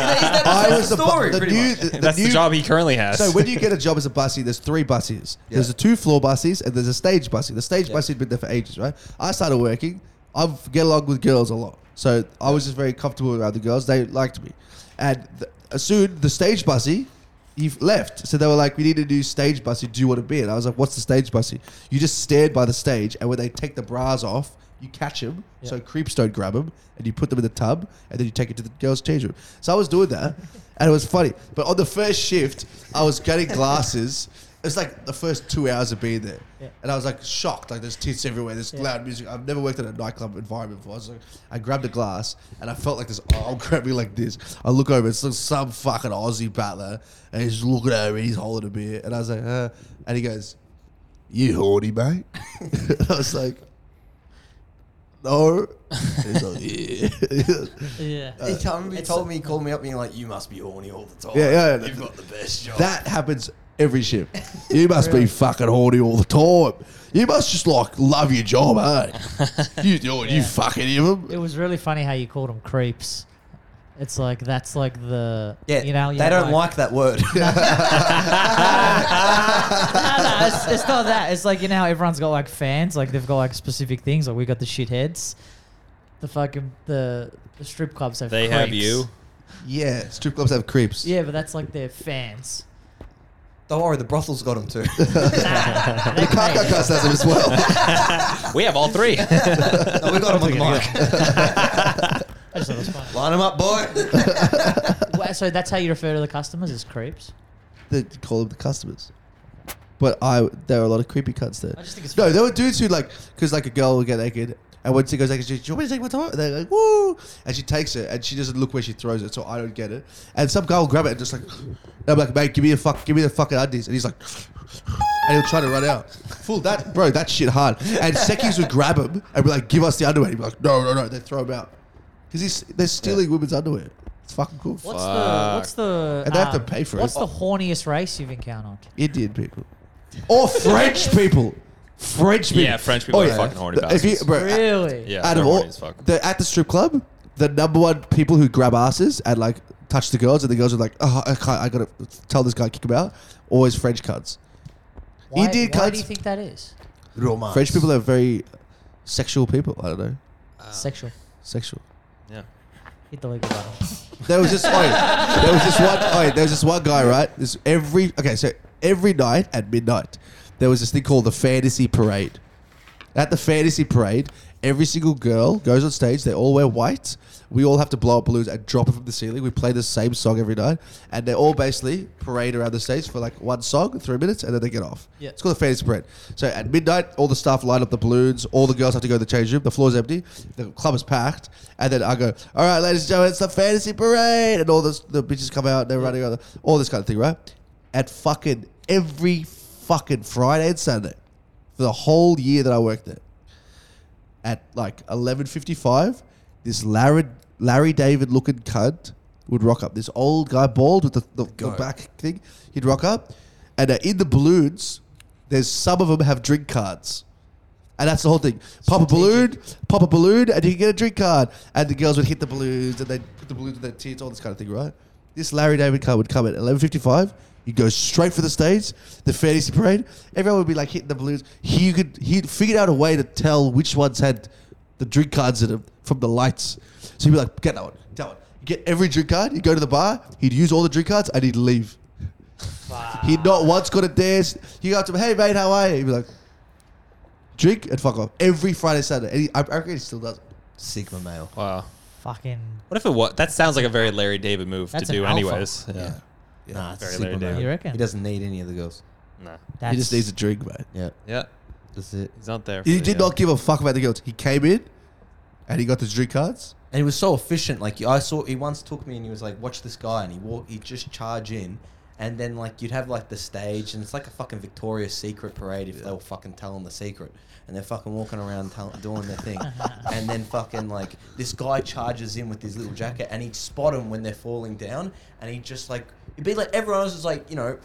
F: I was the, bu-
D: story,
F: the
D: pretty
F: new.
D: much.
F: The, the
C: That's the
F: new-
C: job he currently has.
F: So when you get a job as a bussy, there's three buses. There's
D: Yeah.
F: the two floor buses and there's a stage bussy. The stage
D: Yeah.
F: bussy's been there for ages, right? I started working. I get along with girls a lot, so I was just very comfortable around the girls. They liked me, and th- uh, soon the stage bussy. He f- left, so they were like, "We need a new stage bussy. Do you want to be?" And I was like, "What's the stage bussy?" You just stared by the stage, and when they take the bras off, you catch them, so creeps don't grab them, and you put them in the tub, and then you take it to the girls' change room. So I was doing that, and it was funny. But on the first shift, I was getting glasses. It was like the first two hours of being there,
E: Yeah.
F: and I was like shocked. Like there's tits everywhere, there's loud music. I've never worked in a nightclub environment before. I was like, I grabbed a glass, and I felt like this arm grabbed me like this. I look over, it's like some fucking Aussie battler, and he's looking at me, he's holding a beer, and I was like, uh, and he goes, "You horny, mate?" I was like. No. He's like, yeah.
E: yeah.
D: he told me, he told me, he called me up, being like, "You must be horny all the time.
F: Uh, Yeah, yeah, yeah.
D: You've got the best job."
F: That happens every shift. You must be fucking horny all the time. You must just like love your job, eh? You, you, you fucking even.
E: It was really funny how you called them creeps. It's like that's like the
D: yeah,
E: you know you
D: they
E: know,
D: don't like, that word.
E: no, no, it's, it's not that. It's like you know how everyone's got like fans, like they've got like specific things. Like we got the shitheads, the fucking the, the strip clubs have.
C: They have
E: creeps.
C: you.
F: Yeah, strip clubs have creeps.
E: Yeah, but that's like their fans.
D: Don't worry, the brothels got him too.
E: Nah, they
F: Kaka
E: pay.
F: has them as well.
C: We have all three.
D: no, we got him on the mark.
E: I just thought it was funny.
D: Line him up, boy.
E: Well, so that's how you refer to the customers as creeps.
F: they call them the customers. But I, there are a lot of creepy cuts there.
E: I just think it's
F: No, there were dudes who like, because like a girl will get naked, and when she goes naked, she goes, "Do you want me to take my top?" And they're like, "Woo!" And she takes it, and she doesn't look where she throws it, so I don't get it. And some guy will grab it and just like, and I'm like, "Mate, give me the fuck, give me the fucking undies," and he's like, and he'll try to run out. Fool that, bro, that shit hard. And Sekis would grab him and be like, "Give us the underwear." He'd be like, "No, no, no," they throw him out because he's they're stealing women's underwear. It's fucking cool.
E: What's the what's the um,
F: And they have to pay for it.
E: What's the horniest race you've encountered?
F: Indian people or French people. French people. Oh,
C: Yeah, French people are fucking horny
F: If you,
C: bastards.
D: Uh,
F: bro,
E: Really?
C: Yeah,
F: out
C: they're
F: of
C: horny
F: all,
C: as fuck.
F: the, at the strip club, the number one people who grab asses and like touch the girls, and the girls are like, oh, I can't, I gotta tell this guy kick him out. Always French cunts.
E: Why,
F: Indian
E: why
F: cunts-
E: do you think that is?
D: Romance.
F: French people are very sexual people. I don't know,
C: Uh,
E: Sexual.
F: sexual.
C: yeah.
E: Hit the legal button.
F: There was this oi, there was this one oi, there was this one guy, right? This every okay, so every night at midnight, there was this thing called the fantasy parade. At the fantasy parade, every single girl goes on stage, they all wear white. We all have to blow up balloons and drop it from the ceiling. We play the same song every night. And they all basically parade around the stage for like one song, three minutes, and then they get off.
E: Yeah.
F: It's called the fantasy parade. So at midnight, all the staff line up the balloons. All the girls have to go to the change room. The floor's empty. The club is packed. And then I go, all right, ladies and gentlemen, it's the fantasy parade. And all this, the bitches come out. They're running around. All this kind of thing, right? At fucking every fucking Friday and Sunday for the whole year that I worked there. At like eleven fifty five, this Larry Larry David looking cunt would rock up. This old guy bald with the, the, the back thing, he'd rock up, and uh, in the balloons, there's some of them have drink cards. And that's the whole thing. Pop a balloon, pop a balloon, and you can get a drink card. And the girls would hit the balloons, and they'd put the balloons in their tits, all this kind of thing, right? This Larry David car would come at 11.55. He'd go straight for the stage, the fantasy parade. Everyone would be like hitting the balloons. He could he figured out a way to tell which ones had the drink cards in them from the lights. So he'd be like, get that one, that one. You get every drink card, you go to the bar, he'd use all the drink cards, and he'd leave. He'd not once got a dance. He got to him, hey mate, how are you? He'd be like, drink and fuck off every Friday, Saturday. And he, I reckon he still does. it.
D: Sigma male.
C: Wow.
E: Fucking.
C: What if it was? That sounds like a very Larry David move
E: That's
C: to
E: an
C: do,
E: alpha.
C: anyways. Yeah.
D: Nah, it's
C: Very
D: Sigma
C: Larry David.
D: male.
E: You reckon?
D: He doesn't need any of the girls.
C: Nah.
E: That's,
F: he just needs a drink, man.
D: Yeah,
C: Yeah.
D: that's it.
C: He's not there.
F: He
C: for-
F: did
C: yeah.
F: not give a fuck about the girls. He came in and he got the drink cards.
D: And he was so efficient. Like I saw, he once took me and he was like, "Watch this guy," and he walked. He just charge in, And then like you'd have like the stage, and it's like a fucking Victoria's Secret parade if they were fucking telling the secret, and they're fucking walking around tell- doing their thing, and then fucking like this guy charges in with his little jacket, and he'd spot them when they're falling down, and he just like it'd be like everyone else is like you know.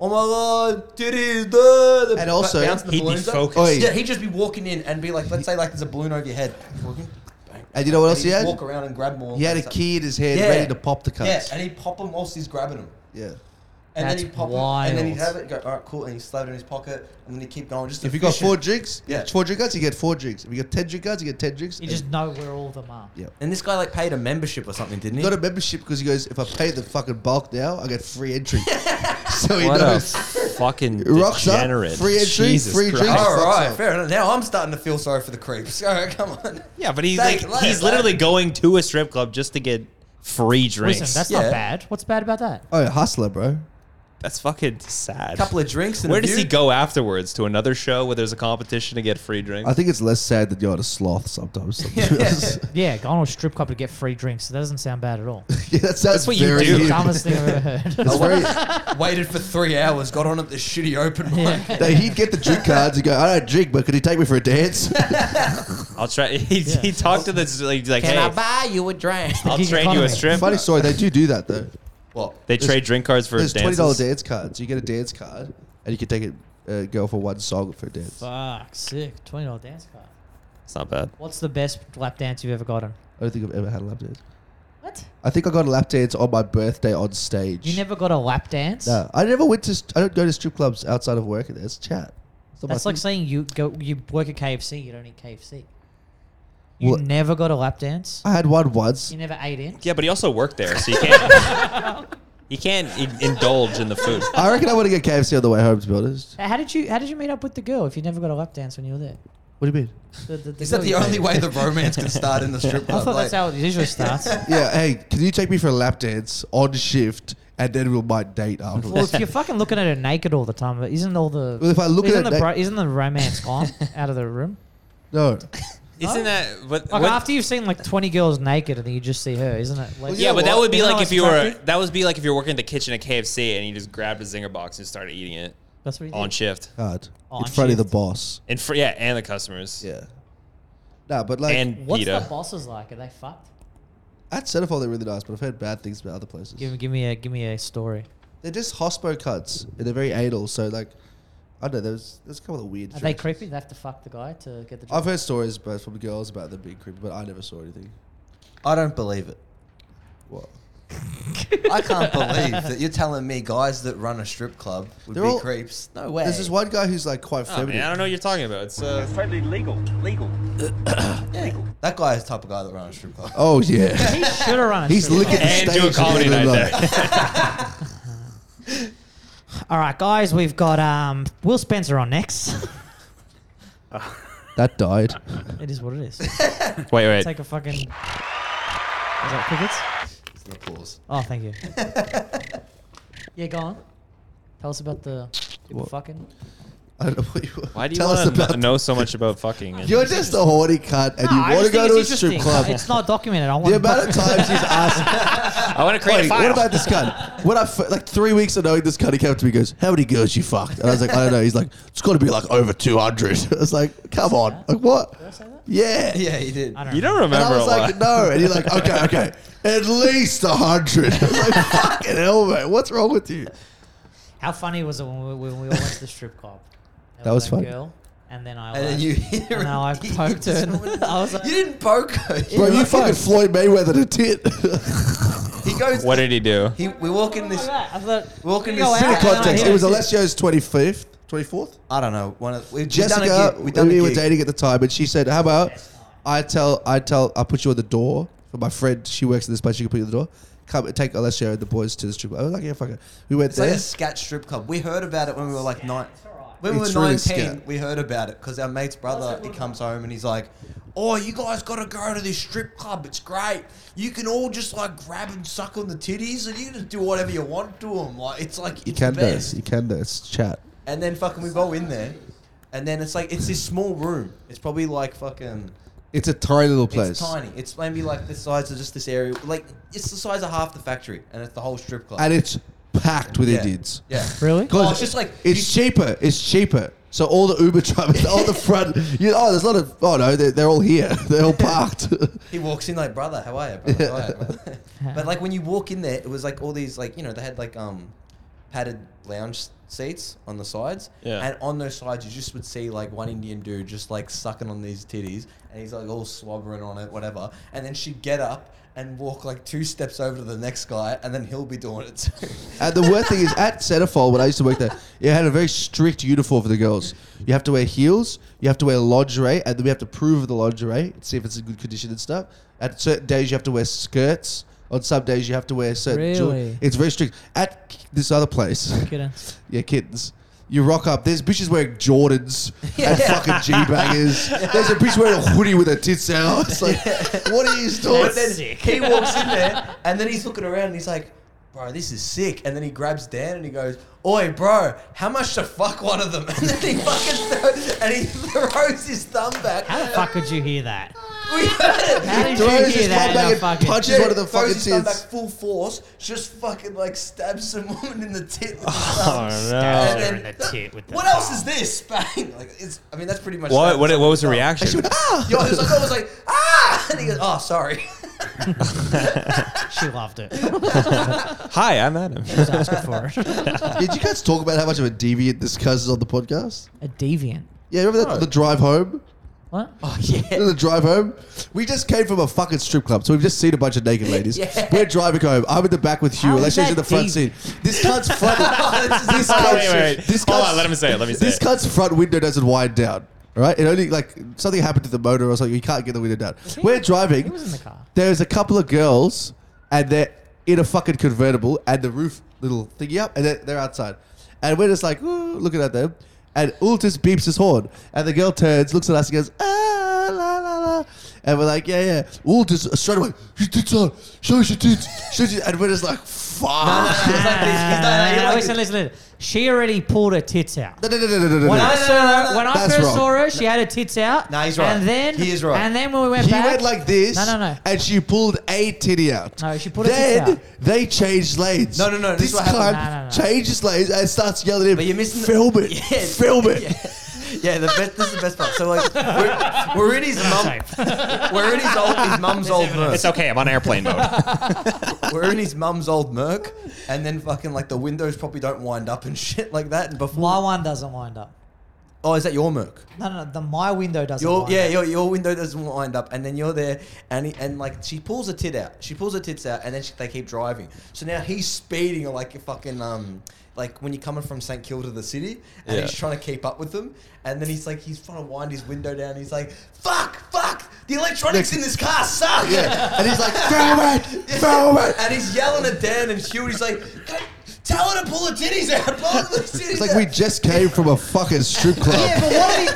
D: Oh my god, titties, duh, the
F: And also,
D: bounce the
A: he'd be
D: balloons up.
A: focused.
F: Oi.
D: Yeah, he'd just be walking in and be like, let's say like there's a balloon over your head. Bang.
F: And you know what else
D: he'd
F: he had?
D: Walk around and grab more.
F: He had a key in his hand ready to pop the
D: Yeah,
F: cuts.
D: and he'd pop them whilst he's grabbing them.
F: Yeah.
D: And
E: That's
D: then he'd pop 'em, and then he'd
E: wild.
D: have it go, all right, cool, and he'd slap it in his pocket, and then he'd keep going. Just
F: If you got four
D: efficient.
F: drinks,
D: Yeah.
F: four drink cards, you get four drinks. If you got ten drink cards, you get ten drinks.
E: You just know where all of them are.
F: yeah.
D: And this guy like paid a membership or something, didn't he?
F: Got a membership because he goes, if I pay the fucking bulk now, I get free entry. so he
C: What a
F: knows.
C: fucking
F: Rocks up,
C: degenerate.
F: free entry,
C: Jesus
F: free
C: Christ.
F: drinks.
D: all right,
F: Fuck.
D: fair enough. Now I'm starting to feel sorry for the creeps. All right, come on.
C: Yeah, but he's
D: Thank
C: like
D: you,
C: he's
D: later,
C: literally going to a strip club just to get free drinks.
E: Listen, that's
D: Yeah.
E: not bad. What's bad about that?
F: oh, yeah, hustler, bro.
C: That's fucking sad.
D: A couple of drinks. And a
C: Where does
D: view.
C: he go afterwards? To another show where there's a competition to get free drinks?
F: I think it's less sad that you're a sloth sometimes. sometimes.
E: Yeah, going to a strip club to get free drinks. That doesn't sound bad at all.
F: yeah, that sounds
C: That's what you
F: very
C: do.
F: you.
E: Dumbest thing I've ever heard.
F: That's very,
D: Waited for three hours, got on at this shitty open mic.
F: that he'd get the drink cards and go, I don't drink, but could he take me for a dance?
C: I'll try. He, he talked to this like, he's like hey,
D: buy you a drink?
C: I'll
E: Gig
C: trade you a
E: economy.
C: strip.
F: Funny story, they do do that though.
D: Well,
C: They trade drink cards for
F: There's twenty dollars
C: dances.
F: dance cards. You get a dance card, and you can take it, uh, go for one song for a dance. I
E: Fuck, sick. $20 dance card.
C: It's not bad.
E: What's the best lap dance you've ever gotten?
F: don't think I've ever had a lap dance.
E: What?
F: I think I got a lap dance on my birthday on stage.
E: You never got a lap dance?
F: No, I never went to. St- I don't go to strip clubs outside of work. It's chat. It's not my
E: That's like
F: thing.
E: saying you go you work at KFC, you don't eat KFC. You
F: Well-
E: never got a lap dance?
F: I had one once.
E: You never ate in?
C: Yeah, but he also worked there, so you can't. you can't i- indulge in the food.
F: I reckon I want to get KFC on the way home. To be honest,
E: How did you how did you meet up with the girl if you never got a lap dance when you were there?
F: what do you mean?
E: The, the, the
D: is that
E: girl
D: the
E: you
D: only
E: dated.
D: way the romance can start in the strip
E: I
D: club?
E: thought that's how it usually starts.
F: Yeah, hey, can you take me for a lap dance on shift, and then we'll might date
E: well,
F: afterwards?
E: if you're fucking looking at her naked all the time, but isn't all the
F: Well, if I look at
E: isn't
F: her
E: the
F: na-
E: bro- isn't the romance gone out of the room?
F: no,
C: Isn't that? But
E: Like
C: what-
E: after you've seen like twenty girls naked and then you just see her, isn't it? Like,
C: yeah, but that would be
E: Isn't
C: like
E: that
C: if you were.
E: attractive?
C: That would be like if you're working in the kitchen at KFC and you just grabbed a zinger box and started eating it
E: that's what you
C: on
E: did.
C: shift.
F: God,
E: On
F: in front of the
E: shift.
F: boss.
C: And for yeah, and the customers.
F: Yeah. No, but like
C: and
E: What's
C: PETA.
E: the bosses like? Are they fucked?
F: at Centerfold they're really nice, but I've heard bad things about other places.
E: Give, give me a give me a story.
F: They're just hospo cuts. And they're very anal, so like I don't know, there's there's a couple of weird
E: Are they
F: directions.
E: creepy? They have to fuck the guy to get the job.
F: I've heard stories but from girls about them being creepy, but I never saw anything.
D: I don't believe it.
F: What?
D: I can't believe that you're telling me guys that run a strip club would
F: They're
D: be
F: all-
D: creeps. No way.
F: There's this one guy who's like quite
C: Oh,
F: feminine.
C: man, I don't know what you're talking about. It's uh,
J: Totally legal. Legal.
D: That guy is the type of guy that runs a strip club.
F: oh yeah.
E: he should have run. a
F: He's
E: strip
F: looking
E: club.
C: and do a comedy night there.
E: All right, guys, we've got um, Will Spencer on next.
F: That died.
E: it is what it is.
C: wait, wait.
E: Take a fucking. Is that crickets?
D: It's an applause.
E: Oh, thank you. yeah, go on. Tell us about the people
F: What?
E: fucking.
F: I don't know what you
C: Why do you
F: Tell us
C: want
F: about
C: to know so much about fucking? and-
F: You're just a horny cunt and you
E: I
F: want
E: just
F: to go
E: think
F: to a
E: it's
F: strip
E: interesting.
F: club.
E: It's not documented. I want
F: The amount of times he's asked,
C: I want to create
F: Wait,
C: a file.
F: what about this cunt? When I f- like three weeks of knowing this cunt, he came up to me and goes, "How many girls you fucked?" And I was like, "I don't know." He's like, "It's got to be like over 200. I was like, "Come on, like what?" Yeah,
D: Yeah, he did.
E: I don't
C: you
E: know.
C: don't
F: And
C: remember
F: I was
C: a lot.
F: like, "No," and he's like, "Okay, okay, at least a hundred. I was like, "Fucking hell, mate, what's wrong with you?"
E: How funny was it when we, when we all went to the strip club? There
F: That was fun.
E: Girl, and then I.
D: And then
E: like-
D: you hit her.
E: And now I
D: again.
E: poked her. and I was like,
D: You didn't poke her.
F: Bro, you fucking Floyd Mayweather to tit.
D: He goes.
C: What did he do?
D: He, we walk in this.
E: I thought
D: Walking
E: we go
D: this-
E: out
D: In
E: and
F: Context:
E: I
F: It was
E: hit-
F: Alessio's twenty fifth, twenty fourth.
D: I don't know. One of, we've we've done a
F: Jessica,
D: gig.
F: we
D: We've done a
F: were
D: gig.
F: dating at the time, and she said, "How about I tell I tell I put you on the door for my friend. She works at this place. She can put you on the door. Come and take Alessio and the boys to the strip." club." I was like, "Yeah, fuck it." We went
D: It's like
F: there.
D: a scat strip club. We heard about it when we were like nine. When we were
F: It's really
D: 19,
F: scat.
D: we heard about it because our mate's brother, he comes home and he's like, Oh, you guys got to go to this strip club. It's great. You can all just like grab and suck on the titties and you can just do whatever you want to them. Like, it's like, it's
F: you can
D: the
F: do
D: best.
F: this. You can do this. Chat.
D: And then fucking we go in there and then it's like, it's this small room. It's probably like fucking,
F: It's a tiny little place.
D: it's tiny. It's maybe like the size of just this area. Like, it's the size of half the factory and it's the whole strip club.
F: and it's packed with
D: Yeah.
F: idiots.
D: Yeah.
E: Really?
D: Oh,
F: 'Cause
D: it's just like
F: it's cheaper. It's cheaper. So all the Uber drivers, all the front. You, oh, there's a lot of. Oh no, they're, they're all here. They're all parked.
D: He walks in like, brother, how are you? Brother, how are you? brother?" but like when you walk in there, it was like all these like you know they had like um padded lounge seats on the sides,
C: Yeah.
D: and on those sides you just would see like one Indian dude just like sucking on these titties, and he's like all slobbering on it, whatever. And then she'd get up and walk like two steps over to the next guy, and then he'll be doing it. Too.
F: and the worst thing is at Centerfold when I used to work there, it had a very strict uniform for the girls. You have to wear heels. You have to wear lingerie, and then we have to prove the lingerie, see if it's in good condition and stuff. At certain days, you have to wear skirts. On some days, you have to wear certain. jewel-
E: Really?
F: It's very strict. At this other place,
E: Kidding.
F: Yeah, kittens. You rock up. There's bitches wearing Jordans and fucking G bangers. There's a bitch wearing a hoodie with her tits out. It's like, what are you doing?
D: But then he walks in there, and then he's looking around, and he's like, "Bro, this is sick." And then he grabs Dan, and he goes, "Oi, bro, how much to fuck one of them?" And then he fucking throws, and he throws his thumb back.
E: How the fuck could you hear that?
D: We heard it.
E: How did you
F: Throws
E: hear
F: his
E: that? in a
F: pop back and
E: fucking-
F: punches one of the
D: throws
F: fucking
D: his thumb back
F: tits.
D: full force, just fucking like stabs some woman in the tit. With his
C: Oh,
D: thumb.
C: no.
D: And then-
G: in the tit with the
D: what else is this? Bang! Like it's. I mean, that's pretty much.
C: What,
D: that.
C: what, what was the reaction?
D: Yo, it was like, I was like, ah, and he goes, oh, sorry.
E: She loved it. She
C: Hi, I'm Adam.
E: was asking for it.
F: Did you guys talk about how much of a deviant this cuss is on the podcast?
E: A deviant.
F: Yeah, remember that on the drive home?
E: What?
D: oh yeah.
F: On the drive home? We just came from a fucking strip club, so we've just seen a bunch of naked ladies.
D: Yeah.
F: We're driving home. I'm in the back with
E: How
F: Hugh.
E: is
F: Let's
E: that
F: change to the front
E: deviant?
F: seat. This cunt's front. this
C: Oh,
F: cunt's,
C: wait, wait, wait.
F: This
C: Hold
F: cunt's-
C: on, let him say it. Let me say
F: this
C: it.
F: cunt's front window doesn't wind down. all Right? It only like something happened to the motor or something. You can't get the window down.
E: he-
F: We're driving.
E: he was in the car.
F: There's a couple of girls, and they're in a fucking convertible, and the roof little thingy up, and they're, they're outside, and we're just like "Ooh," looking at them, and Ultis beeps his horn, and the girl turns, looks at us, and goes ah la la la, and we're like yeah yeah. Ultis straight away, your tits on, show us your tits, show us your-" and we're just like fuck.
D: It's like this, it's like-
E: Uh,
D: like-
E: listen, listen, listen. She already pulled her tits out.
F: No, no, no, no, no, no, no,
E: When
F: no.
E: I saw her, when I
F: That's
E: first
F: wrong.
E: saw her, she had her tits out.
D: Nah, he's right.
E: And then
D: He is right.
E: And then when we went
F: He
E: back,
F: went like this.
E: No, no, no.
F: And she pulled a titty out.
E: No, she pulled a titty
F: then
E: out.
F: they changed lanes.
D: No, no, no, this
F: This,
D: is what happened.
E: No, no,
F: time
E: no.
F: changes lanes and starts yelling at him.
D: But you're missing the-
F: Film it.
D: Yeah.
F: Film it.
D: Yeah, the best. This is the best part. So like, we're, we're in his mum. We're in his old his mum's old Merc.
C: It's okay. I'm on airplane mode.
D: We're in his mum's old Merc, and then fucking like the windows probably don't wind up and shit like that. And before,
E: my one doesn't wind up.
D: oh, is that your Merc?
E: No, no, no. The my window doesn't.
D: Your
E: wind
D: yeah,
E: up.
D: your, your window doesn't wind up, and then you're there, and he, and like she pulls her tit out. She pulls her tits out, and then she, they keep driving. So now he's speeding like a fucking um. Like when you're coming from St Kilda to the city, and he's trying to keep up with them, and then he's like, he's trying to wind his window down. He's like, "Fuck, fuck! The electronics in this car suck."
F: Yeah. And he's like, film it. Film it.
D: And he's yelling at Dan and Hugh. and He's like, "God, tell her to pull her titties out. Pull her titties
F: It's like we
D: out."
F: just came from a fucking strip club.
E: Yeah, but what are the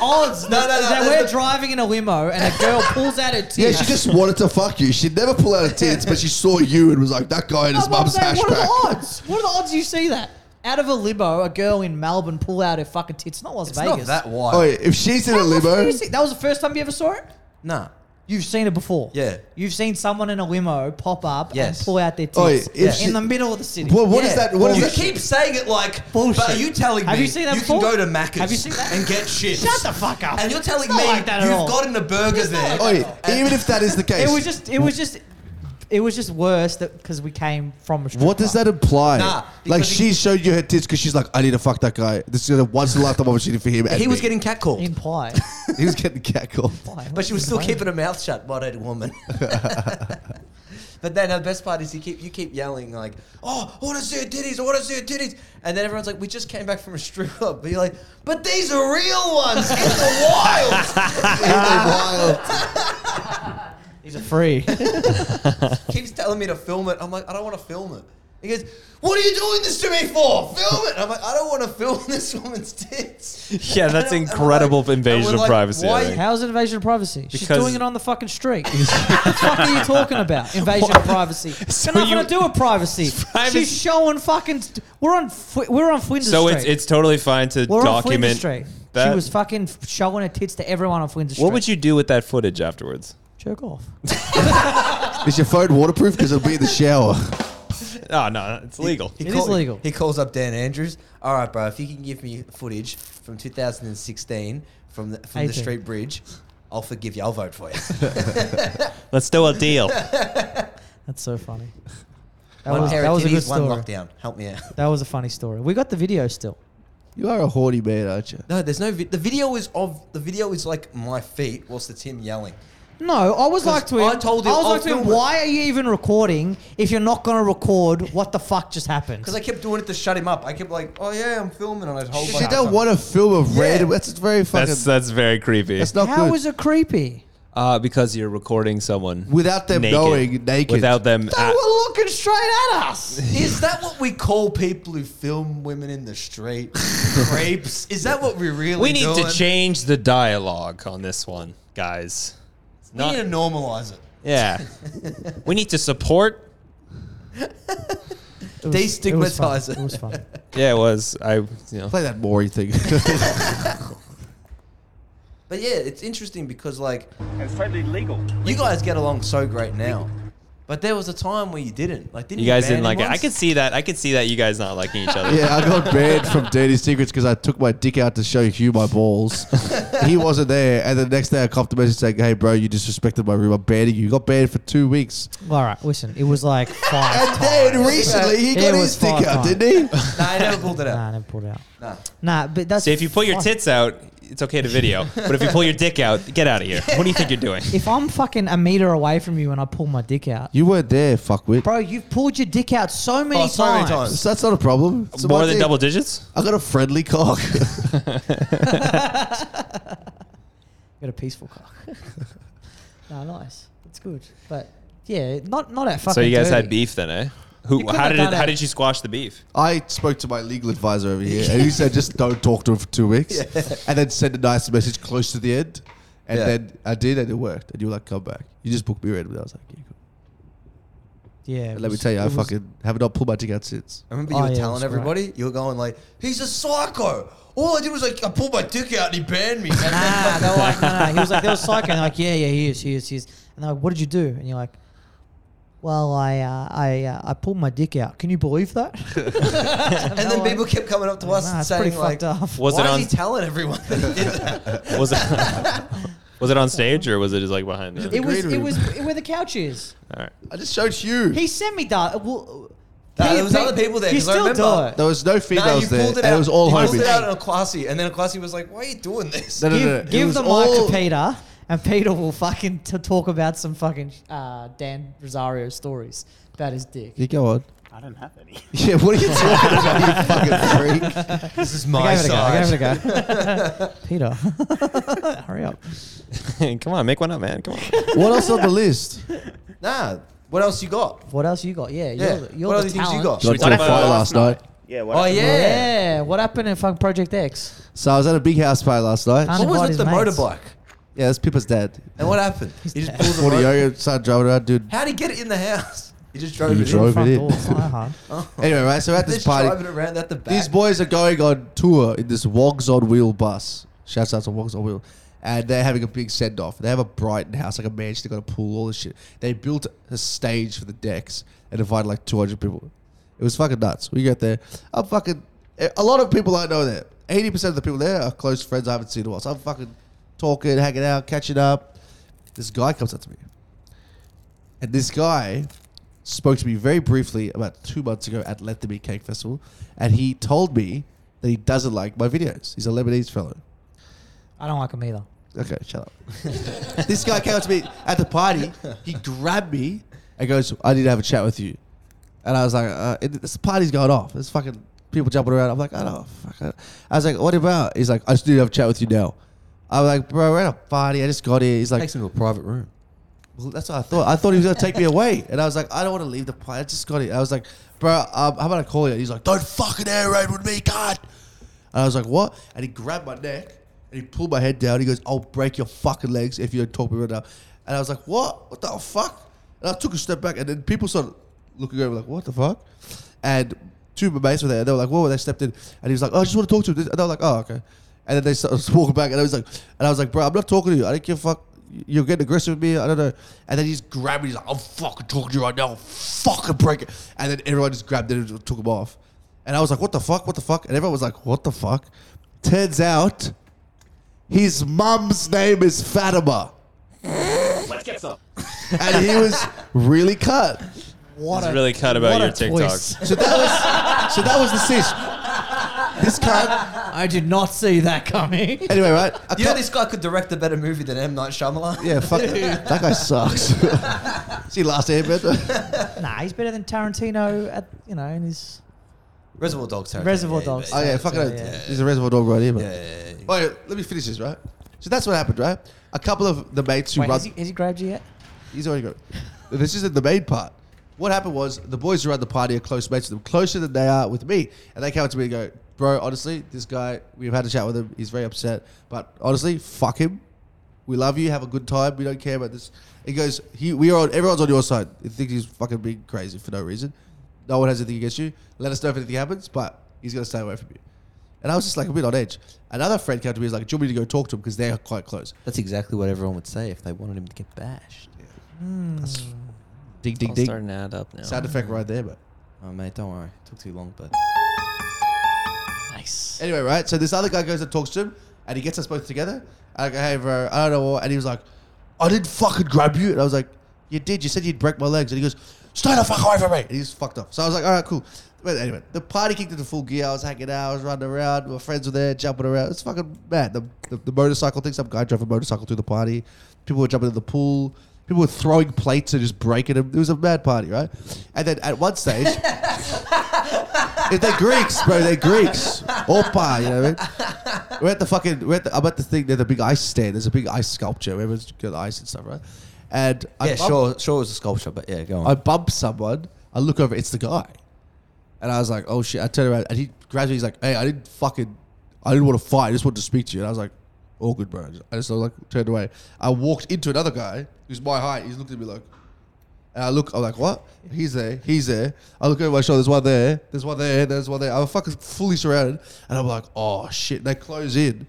E: odds
D: No, no, no,
E: that
D: that's
E: we're
D: the-
E: driving in a limo and a girl pulls out her tits?
F: Yeah, she just wanted to fuck you. She'd never pull out her tits, but she saw you and was like, that guy in his
E: I'm not
F: mum's
E: saying, What are the
F: hashback.
E: odds? What are the odds you see that? Out of a limo, a girl in Melbourne pull out her fucking tits. Not Las
D: It's
E: Vegas.
D: not that wide.
F: Oh, yeah, if she's in a
E: How often do
F: limo,
E: you see- That was the first time you ever saw it?
D: Nah.
E: You've seen it before.
D: Yeah.
E: You've seen someone in a limo pop up
D: Yes.
E: and pull out their tits
F: Oh, yeah, if
E: in
F: she-
E: the middle of the city.
F: what, what is
D: Yeah.
F: that? What is
D: you
F: that?
D: keep saying it like bullshit. But are you telling
E: Have
D: me
E: you seen that
D: can
E: before?
D: go to Macca's
E: Have you seen that?
D: and get shit?
E: Shut the fuck up.
D: And you're telling
E: It's not
D: me
E: like that at
D: you've
E: all.
D: gotten a burger
E: It's not
D: there.
E: like
F: Oh, yeah,
D: And-
F: even if that is the case,
E: It was just. It was just. It was just worse because we came from. A strip
F: What does
E: club.
F: that imply?
D: Nah,
F: like
D: because
F: she
D: he-
F: showed you her tits because she's like, I need to fuck that guy. This is a once in a lifetime opportunity for him. and
D: he was
F: me."
D: getting catcalled,
E: imply?
F: he was getting catcalled.
E: Why?
D: but she was still
E: Why?
D: keeping her mouth shut. What a woman. But then the best part is you keep you keep yelling like, "Oh, I want to see your titties! I want to see your titties!" And then everyone's like, "We just came back from a strip club." But you're like, "But these are real ones in the wild."
F: In the wild.
E: These are free.
D: Keeps telling me to film it. I'm like, "I don't want to film it." He goes, "What are you doing this to me for? Film it!" I'm like, "I don't want to film this woman's tits."
C: Yeah, that's
D: And I'm- and I'm
C: incredible
D: like-
C: invasion
D: and we're
C: of privacy, I
D: Why
C: think.
E: How's it invasion of privacy? She's
C: Because-
E: doing it on the fucking street. what the fuck are you talking about? Invasion of privacy. It's
C: So
E: got nothing
C: you-
E: to do with privacy.
C: privacy-
E: She's showing fucking. St- we're on. Fwi- we're on Flinders
C: so
E: Street.
C: it's it's totally fine to
E: We're on
C: document
E: Flinders Street.
C: that.
E: She was fucking f- showing her tits to everyone on Flinders Street.
C: what would you do with that footage afterwards?
E: jerk off?
F: Is your phone waterproof? Because it'll be in the shower.
C: Oh, no, it's legal.
E: It is legal.
D: He calls up Dan Andrews. All right, bro, if you can give me footage from 2016 from the, from the
E: 18.
D: street bridge, I'll forgive you. I'll vote for you.
C: Let's do a deal.
E: That's so funny. That
D: one
E: was,
D: pair
E: that
D: of
E: was a good
D: titties, one
E: story.
D: lockdown. Help me out.
E: That was a funny story. We got the video still.
F: You are a horny man, aren't you?
D: No, there's no. Vi- the video is of the video is like my feet, whilst it's him yelling.
E: No, I was
D: 'Cause
E: like to him.
D: I told him,
E: I was
D: "I'll
E: like to him,
D: film it."
E: why are you even recording if you're not going to record what the fuck just happened?
D: Because I kept doing it to shut him up. I kept like, oh yeah, I'm filming, and I'd hold.
F: She don't want to film of random. That's very fucking.
C: That's
F: That's,
C: that's very creepy.
F: not
E: How
F: good.
E: was it creepy?
C: Uh, because you're recording someone
F: Without them
C: naked.
F: knowing, naked.
C: Without them.
D: They
C: at-
D: were looking straight at us. Is that what we call people who film women in the street? Creeps? Is that what we really?
C: we need to
D: doing?
C: change the dialogue on this one, guys. It's
D: We need to
C: Not,
D: normalize it.
C: yeah. we need to support.
E: It was- it was fun.
D: Destigmatize it.
E: It was fun.
C: Yeah, it was. I you know.
F: Play that Maury thing.
D: But yeah, it's interesting because like
J: It's totally legal.
D: you guys get along so great now, but there was a time where you didn't. Like, didn't
C: You
D: you,
C: guys
D: ban
C: didn't like
D: him
C: it. I
D: once?
C: could see that. I could see that you guys not liking each other.
F: yeah, I got banned from Dirty Secrets because I took my dick out to show Hugh my balls. he wasn't there, and the next day I copped a message saying, "Hey, bro, you disrespected my room. I'm banning you. You got banned for two weeks."
E: All right, listen. It was like five.
F: And then recently he
E: It
F: got
E: was
F: his dick
E: fine,
F: out,
E: fine.
F: didn't he?
D: Nah, I never pulled it
E: nah, I
D: out.
E: never pulled it out.
D: Nah.
E: Nah, but that's
C: So if you pull your
E: fuck.
C: tits out, it's okay to video. But if you pull your dick out, get out of here. What do you think you're doing?
E: If I'm fucking a meter away from you and I pull my dick out,
F: You weren't there, fuckwit.
E: bro, you've pulled your dick out so many
D: Oh,
E: times.
D: so many times.
F: So that's not a problem. It's
C: More
F: my
C: than
F: dick.
C: double digits?
F: I got a friendly cock.
E: You got a peaceful cock. nah, nice. It's good, but yeah, not not at fucking.
C: So you guys had
E: dirty.
C: beef then, eh?
E: You
C: Who?
E: couldn't
C: How
E: have
C: did it,
E: done
C: how
E: it.
C: did you squash the beef?
F: I spoke to my legal advisor over here, and he said just don't talk to him for two weeks, and then send a nice message close to the end. And
D: Yeah.
F: then I did, and it worked. And you were like, "Come back." You just booked me randomly. I was like, "Yeah, cool."
E: Yeah.
F: And
E: it
F: let me
E: was-
F: tell you,
E: it
F: I
E: was-
F: fucking have not pulled my dick out since.
D: I remember you
E: Oh,
D: were
E: yeah,
D: telling
E: that's right.
D: everybody, you were going like, he's a psycho. All I did was like, I pulled my dick out and he banned me. And then,
E: Nah,
D: like,
E: they were like, no, no. He was like, they were psycho. And they're like, yeah, yeah, he is, he is, he is. And they're like, what did you do? And you're like, well, I, uh, I, uh, I pulled my dick out. Can you believe that?
D: and then people kept coming up to us
E: nah,
D: and
E: it's pretty
D: saying
E: fucked
D: like,
E: up.
C: Was
D: why
C: it
D: is
C: on?
D: he telling everyone that he did that?
C: Was it? was it on stage or was it just like behind? The,
E: It was,
F: green
E: it
F: room.
E: was where the couch is.
C: all right.
F: I just showed you.
E: He sent me that. Well,
D: Nah,
E: Pete-
D: there was
E: Pete-
D: other people there,
E: You
D: 'cause I
E: still
D: remember-
E: do
F: there
E: it.
F: was no
D: Nah,
F: females there, and it was all
D: you
F: homies.
D: pulled it out in a classy, and then a classy was like, why are you doing this?
F: No, no, no, no.
E: Give,
F: It
E: give
F: was
E: the mic
F: all-
E: to Peter, and Peter will fucking t- talk about some fucking uh, Dan Rosario stories about his dick.
F: You go on.
I: I don't have any.
F: Yeah, what are you talking about, you fucking freak?
D: This is
E: I
D: my
E: gave it a go. I
D: side.
E: gave it a go. Peter, hurry up.
C: Come on, make one up, man. Come on.
F: What else on the list?
D: Nah, what else you got?
E: What else you got? Yeah,
D: Yeah,
E: you're, the- you're
D: what
E: the
D: other things you
E: talent.
D: got?
F: Got
C: we
F: to
C: talk
F: a
C: about
F: fire
C: it
F: last night.
J: Yeah, what
D: Oh
J: happened?
E: Yeah.
D: yeah.
E: What happened in fucking Project X?
F: So I was at a big house party last night.
E: Huh?
D: What was
E: Uninvited
D: it? The
E: mates.
D: motorbike.
F: Yeah, that's Pippa's dad.
D: And what happened? He just pulled the
F: What a
D: motorbike.
F: yo started driving around, dude.
D: How'd he get it in the house? He just drove
F: He
D: it
F: drove
D: in.
F: it
E: Front
F: in.
E: door. It's not that hard.
F: Anyway, right, so we're at this
D: Just
F: party.
D: driving around at the back.
F: These boys are going on tour in this Wogs on Wheel bus. Shouts out to Wogs on Wheel. And they're having a big send off. They have a Brighton house, like a mansion, they got a pool, all this shit. They built a stage for the decks and invited like 200 people. It was fucking nuts. We got there. I'm fucking. A lot of people I know there. 80% of the people there are close friends I haven't seen in a while. So I'm fucking talking, hanging out, catching up. This guy comes up to me. And this guy spoke to me very briefly about two months ago at Let Them Eat Cake Festival, and he told me that he doesn't like my videos. He's a Lebanese fellow.
E: I don't like him either.
F: Okay, shut up. this guy came up to me at the party. He grabbed me and goes, "I need to have a chat with you." And I was like, uh, it- "This party's going off. There's fucking people jumping around." I'm like, "I don't." Fuck. I don't-" I was like, "What about?" He's like, "I just need to have a chat with you now." I was like, "Bro, we're at a party. I just got here." He's like,
D: takes him to a private room.
F: well, that's what I thought. I thought he was gonna take me away, and I was like, I don't want to leave the plane. I just got it. I was like, bro, um, how about I call you? He's like, don't fucking air raid with me, God. And I was like, what? And he grabbed my neck and he pulled my head down. He goes, I'll break your fucking legs if you don't talk to me right now. And I was like, what? What the fuck? And I took a step back, and then people started looking over like, what the fuck? And two of my mates were there. And they were like, whoa. They stepped in, and he was like, oh, I just want to talk to you. And they were like, oh, okay. And then they started walking back, and I was like, and I was like, bro, I'm not talking to you. I don't give a fuck you're getting aggressive with me. I don't know. And then he just grabbed me. He's like, I'm fucking talking to you right now. I'll fucking break it. And then everyone just grabbed it and just took him off. And I was like, what the fuck? What the fuck? And everyone was like, what the fuck? Turns out his mum's name is Fatima.
J: Let's get some.
F: And he was really cut.
E: What
C: It's really cut about
E: what a
C: your TikToks.
E: twist.
F: So that was so that was the sish. This cunt.
E: I did not see that coming.
F: Anyway, right? A
D: You know
F: cunt-
D: this guy could direct a better movie than M Night Shyamalan.
F: yeah, fuck that guy sucks. eh, See last airbender.
E: Nah, he's better than Tarantino at you know in his
D: Reservoir Dogs. Tarantino,
E: Reservoir
D: yeah,
E: Dogs.
F: Oh yeah, fucking
E: Yeah, yeah.
F: he's a reservoir dog right here, man.
D: Yeah, yeah, yeah.
F: Wait, let me finish this, right? So that's what happened, right? A couple of the mates who
E: Wait,
F: run
E: has he, has he grabbed you yet?
F: He's already got. This isn't the main part. What happened was the boys who are at the party are close mates with them, closer than they are with me. And they came up to me and go, Bro, honestly, this guy, we've had a chat with him. He's very upset. But honestly, fuck him. We love you. Have a good time. We don't care about this. He goes, he, we are on, Everyone's on your side. You think he's fucking being crazy for no reason. No one has anything against you. Let us know if anything happens, but he's going to stay away from you. And I was just like a bit on edge. Another friend came to me and was like, Do you want me to go talk to him? Because they're quite close.
D: That's exactly what everyone would say if they wanted him to get bashed.
F: Ding,
C: It's
F: ding,
C: all
F: ding.
C: starting to add up now.
F: Sound effect right there, but.
D: Oh mate, don't worry. Took too long, but
E: Nice.
F: Anyway, right? So this other guy goes and talks to him, and he gets us both together. And I go, hey, bro, I don't know what. And he was like, I didn't fucking grab you. And I was like, you did. You said you'd break my legs. And he goes, stay the fuck away from me. And he just fucked off. So I was like, all right, cool. But anyway, the party kicked into full gear. I was hanging out. I was running around. My friends were there, jumping around. It's fucking mad. The, the, the motorcycle thing. Some guy drove a motorcycle through the party. People were jumping in the pool. People were throwing plates and just breaking them. It was a mad party, right? And then at one stage, if they're Greeks, bro, they're Greeks. Opa, you know what I mean? we're at the fucking. We're at the, I'm at the thing. There's a big ice stand. There's a big ice sculpture. where Everyone's got ice and stuff, right? And I
D: yeah,
F: bump-
D: sure, sure was a sculpture, but yeah, go on.
F: I bump someone. I look over. It's the guy. And I was like, oh shit. I turn around and he grabs me. He's like, hey, I didn't fucking. I didn't want to fight. I just wanted to speak to you. And I was like, all good, bro. I just, I just like turned away. I walked into another guy who's my height. He's looked at me like. And I look, I'm like, what? He's there, he's there. I look over my shoulder, there's one there, there's one there, there's one there. I'm fucking fully surrounded. And I'm like, oh shit. They close in.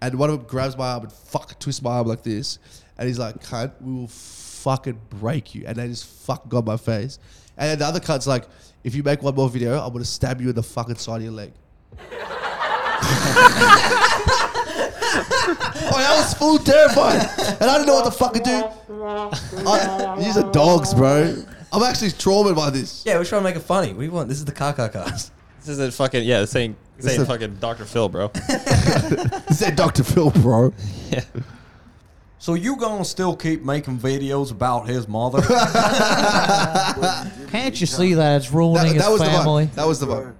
F: And one of them grabs my arm and fuck twists my arm like this. And he's like, cunt, we will fucking break you. And they just fucking got my face. And then the other cunt's like, if you make one more video, I'm gonna stab you in the fucking side of your leg. Oh, I was full terrified, and I didn't know what to fucking do. I, these are dogs, bro. I'm actually traumatized by this.
D: yeah, we're trying to make it funny. We want this is the car car cars.
C: This isn't fucking yeah. This ain't this
F: This
C: ain't
F: is-
C: fucking Dr. Phil, bro.
F: This is Dr. Phil, bro.
D: So you gonna still keep making videos about his mother?
E: Can't you see that it's ruining
F: That, that
E: his
F: was
E: family?
F: the vibe. That was the vibe.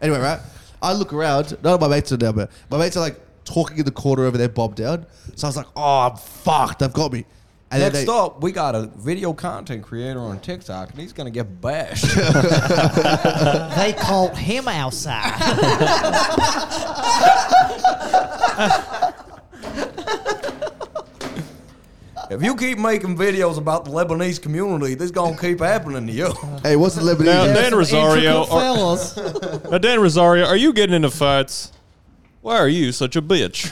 F: Anyway, right? I look around. None of my mates are down there. My mates are like talking in the corner over there, bob down. So I was like, oh, I'm fucked. They've got me. And then
D: Next
F: they-
D: up, we got a video content creator on TikTok, and he's gonna get bashed.
E: They called him outside.
D: if you keep making videos about the Lebanese community, this gonna keep happening to you.
F: Hey, what's the Lebanese?
C: Now,
F: Yeah.
C: Dan Rosario,
E: Intricate
C: are,
E: fellas.
C: now Dan Rosario, are you getting into fights? Why are you such a bitch?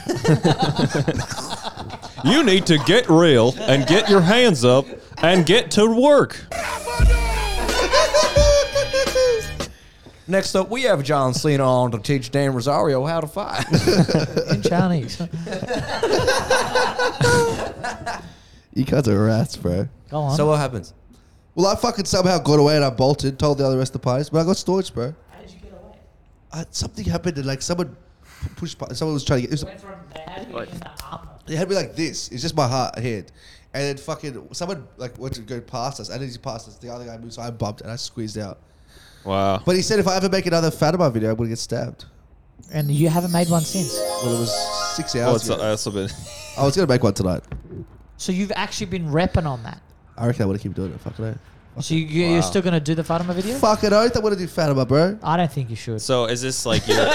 C: you need to get real and get your hands up and get to work.
D: Next up, we have John Cena on to teach Dan Rosario how to fight.
E: in Chinese.
F: You guys are rats, bro.
E: Go on.
D: so what happens?
F: Well, I fucking somehow got away and I bolted, told the other rest of the parties, but I got storage, bro.
H: How did you get away?
F: I, something happened and like someone p- pushed, by, someone was trying to get, it was,
H: Went from there. How did you get in the armor?
F: It had me like this. It's just my heart head. And then fucking someone like went to go past us. And then he passed us. The other guy moved, so I bumped and I squeezed out.
C: Wow.
F: But he said if I ever make another Fatima video, I'm gonna get stabbed.
E: and you haven't made one since.
F: Well, it was six
C: Well,
F: hours.
C: Oh, it's
F: ago.
C: also been
F: I was gonna make one tonight.
E: So you've actually been repping on that.
F: I reckon I want to keep doing it. Fucking oath.
E: So you, you're still going to do the Fatima video?
F: Fucking oath, I want to do Fatima, bro.
E: I don't think you should.
C: So is this like your?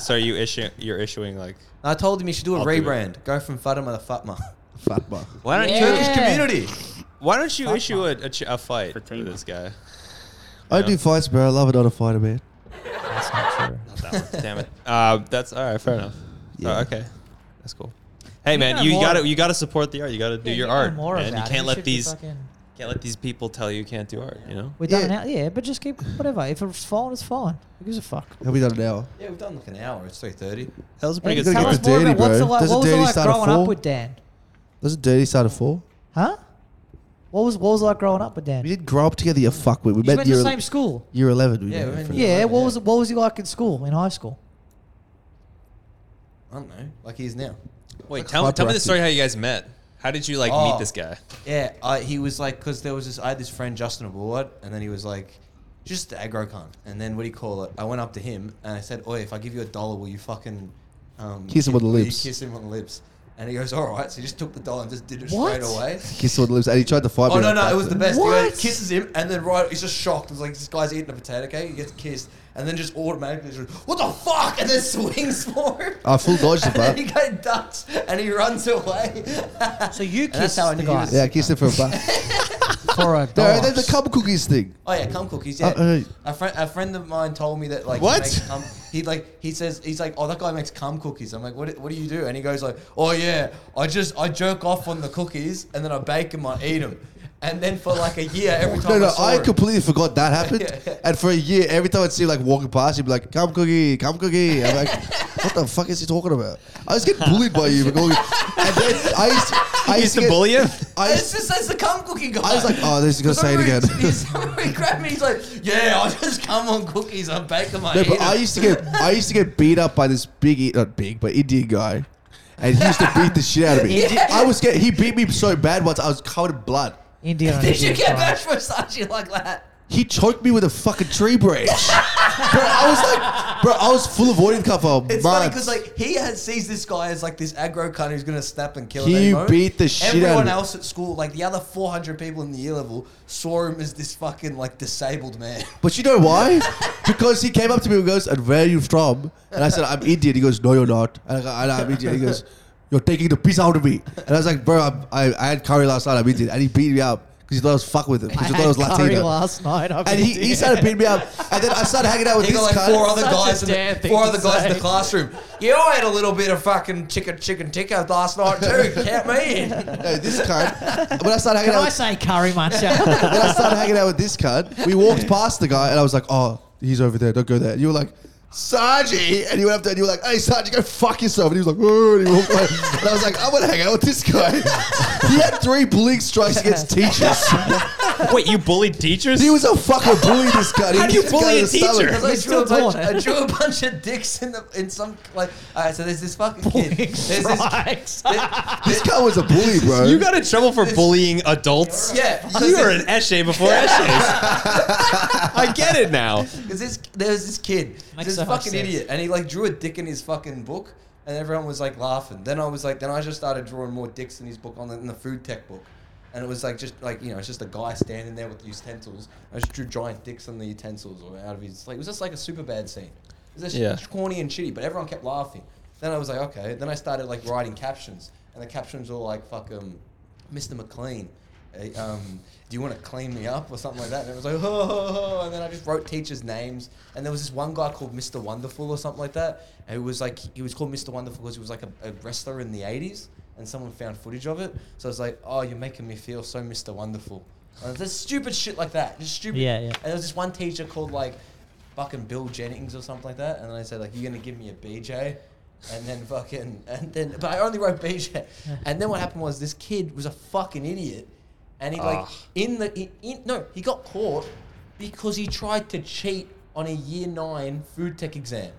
C: so are you issuing? You're issuing like?
D: I told him he should do a
C: I'll do it.
D: rebrand. Go from Fatima to Fatma.
F: Fatima.
C: Why don't
E: Yeah.
C: you?
D: uh, Turkish community.
C: Why don't you issue a, a, ch- a fight with
J: Fatima.
C: this guy?
F: I
C: Yeah.
F: do fights, bro. I love it on a fighter, man.
E: That's not true.
C: Damn it. Uh, that's all right. Fair enough. Oh, okay, that's cool.
K: Hey
E: You
K: man,
E: know
K: you
E: more.
K: gotta you gotta support the art. You gotta do
E: Yeah,
K: your
E: you know
K: art,
E: more of
K: man. You
E: that.
K: can't
E: should
K: let
E: be
K: these
E: fucking-
K: can't let these people tell you you can't do art. You know.
E: We've done
F: Yeah.
E: it now, yeah, but just keep whatever. If it's falling, it's falling. Who gives a fuck?
F: Have we done an hour?
D: Yeah, we've done like an hour. It's three thirty.
K: That was a pretty
E: Hey,
K: good.
E: tell
F: get
K: time.
E: us
F: the
E: more
F: dirty,
E: about what's it
F: bro.
E: like,
F: Does the
E: what was it
F: dirty
E: like
F: start at
E: growing up
F: four?
E: with Dan?
F: Doesn't Dirty start at four?
E: Huh? What was what was it like growing up with Dan?
F: We
E: You
F: didn't grow up together. You fuckwit. We
E: went
F: met
E: to the
F: year,
E: same school.
F: year eleven. We
D: Yeah,
F: met
D: we
F: for
D: met
F: the-
D: year-
E: Yeah,
D: Yeah.
E: what was what was he like in school, in high school?
D: I don't know, like he is now.
K: Wait, tell, tell me the story how you guys met. How did you like
D: Oh.
K: meet this guy?
D: Yeah, I, he was like, because there was this, I had this friend Justin Award, and then he was like, just the aggro con. And then what do you call it? I went up to him and I said, "Oi, if I give you a dollar, will you fucking um,
F: Kiss him on the
D: will you
F: lips."
D: Kiss him on the lips." And he goes, "All right." So he just took the dollar and just did it
E: What?
D: straight away.
F: Kiss on the lips, and he tried to fight
D: Oh
F: me.
D: no,
F: like
D: no,
F: that,
D: it was the
F: but-
D: best. He went,
E: What?
D: kisses him, and then right, he's just shocked. It's like this guy's eating a potato cake. He gets kissed, and then just automatically, just, what the fuck? And then swings for him.
F: I full dodged it,
D: and then
F: but
D: he goes ducks, and he runs away.
E: Ah, So you
D: that's
E: kissed
D: how I
E: the
D: knew
E: guy
D: he was-
F: yeah, I kissed him for a buck.
E: for a
F: No,
E: dollar.
F: there's the cum cookies thing.
D: Oh yeah, cum cookies. Yeah,
F: Uh, uh,
D: a friend, a friend of mine told me that like he
K: What?
D: makes cum- he like he says he's like, oh that guy makes cum cookies. I'm like, what? do- What do you do? And he goes like, oh yeah, I just I jerk off on the cookies and then I bake them, I eat them, and then for like a year every
F: No,
D: time.
F: no,
D: saw
F: I
D: him-
F: completely forgot that happened.
D: Yeah, yeah.
F: And for a year, every time I'd see him like walking past, he'd be like, "Come cookie, come cookie." I'm like, "What the fuck is he talking about?" I just get bullied by you for going. And then I used, I used to get-
K: him.
F: I
D: It's
F: used,
D: just that's the cum cookie guy.
F: I was like, "Oh, this is gonna say it again."
D: He's, he grabbed me. He's like, "Yeah, I just come on cookies. I bake them. I
F: No,
D: eat
F: but
D: 'em."
F: I used to get I used to get beat up by this big I- not big but Indian guy, and he used to beat the shit out of me. I was get he beat me so bad once I was covered in blood.
E: Indiana.
D: Did you
E: Jones,
D: get
E: right.
D: bashed for Sashi like that?
F: He choked me with a fucking tree branch. bro, I was like, bro, I was full of avoiding cover.
D: It's funny because like he has, sees this guy as like this aggro cunt who's gonna snap and kill. at
F: He
D: any moment.
F: beat the shit out of
D: Everyone
F: him.
D: else at school, like the other 400 people in the year level, saw him as this fucking like disabled man.
F: But you know why? because he came up to me and goes, "And where are you from?" And I said, "I'm Indian." He goes, "No, you're not." And I go, "I know I'm Indian." He goes, "You're taking the piss out of me." And I was like, "Bro, I'm, I, I had curry last night. I'm Indian," and he beat me up because he thought I was fucking with him because he thought I was
E: had curry
F: Latino.
E: last night. I
F: And he, he started beating me up, and then I started hanging out with
D: He
F: this
D: got like
F: guy.
D: four other
E: Such a
D: guys, in
E: dare
D: the,
E: thing
D: four
E: to
D: other guys in
E: say.
D: the classroom. Yeah, I had a little bit of fucking chicken chicken tikka last night too. Count me in.
F: No, this cunt. When I started hanging
E: Can
F: out,
E: I
F: with,
E: say curry muncher?
F: when I started hanging out with this cunt, we walked past the guy, and I was like, "Oh, he's over there. Don't go there." And you were like. Saji, and you went up there and you were like, "Hey, Saji, go fuck yourself." And he was like, "Oh," and, he walked away. and I was like, "I'm gonna hang out with this guy." he had three bullying strikes against teachers.
K: Wait, you bullied teachers?
F: he was a fucking bully. This guy.
K: How do you bully a teacher?
D: Because I
E: He's
D: drew a
E: still
D: bunch.
E: doing it.
D: I drew a bunch of dicks in the in some like. All right, so there's this fucking kid.
E: Bullying
D: There's this.
E: strikes.
D: there-
F: This guy was a bully, bro.
K: You got in trouble for bullying adults.
D: yeah,
K: You were an eshe before eshes. I get it now.
D: Because this there was this kid,
E: Makes
D: this
E: so much
D: fucking
E: sense.
D: idiot, and he like drew a dick in his fucking book, and everyone was like laughing. Then I was like, then I just started drawing more dicks in his book on the, in the food tech book, and it was like just like you know, it's just a guy standing there with the utensils. I just drew giant dicks on the utensils or out of his like it was just like a super bad scene. It was just
K: Yeah.
D: corny and shitty, but everyone kept laughing. Then I was like, okay. Then I started like writing captions, and the captions were like, fuck um, Mr. McLean. eh, um, do you want to clean me up or something like that? And it was like, oh, and then I just wrote teachers' names. And there was this one guy called Mr. Wonderful or something like that. And it was like, he was called Mr. Wonderful because he was like a, a wrestler in the 80s. And someone found footage of it. So I was like, oh, you're making me feel so Mr. Wonderful. And there's stupid shit like that. Just stupid.
E: Yeah, yeah.
D: And there was this one teacher called like fucking Bill Jennings or something like that, and then I said like, "You're gonna give me a BJ," and then fucking and then, but I only wrote BJ. And then what happened was this kid was a fucking idiot, and he like in the in, in, no, he got caught because he tried to cheat on a year nine food tech exam.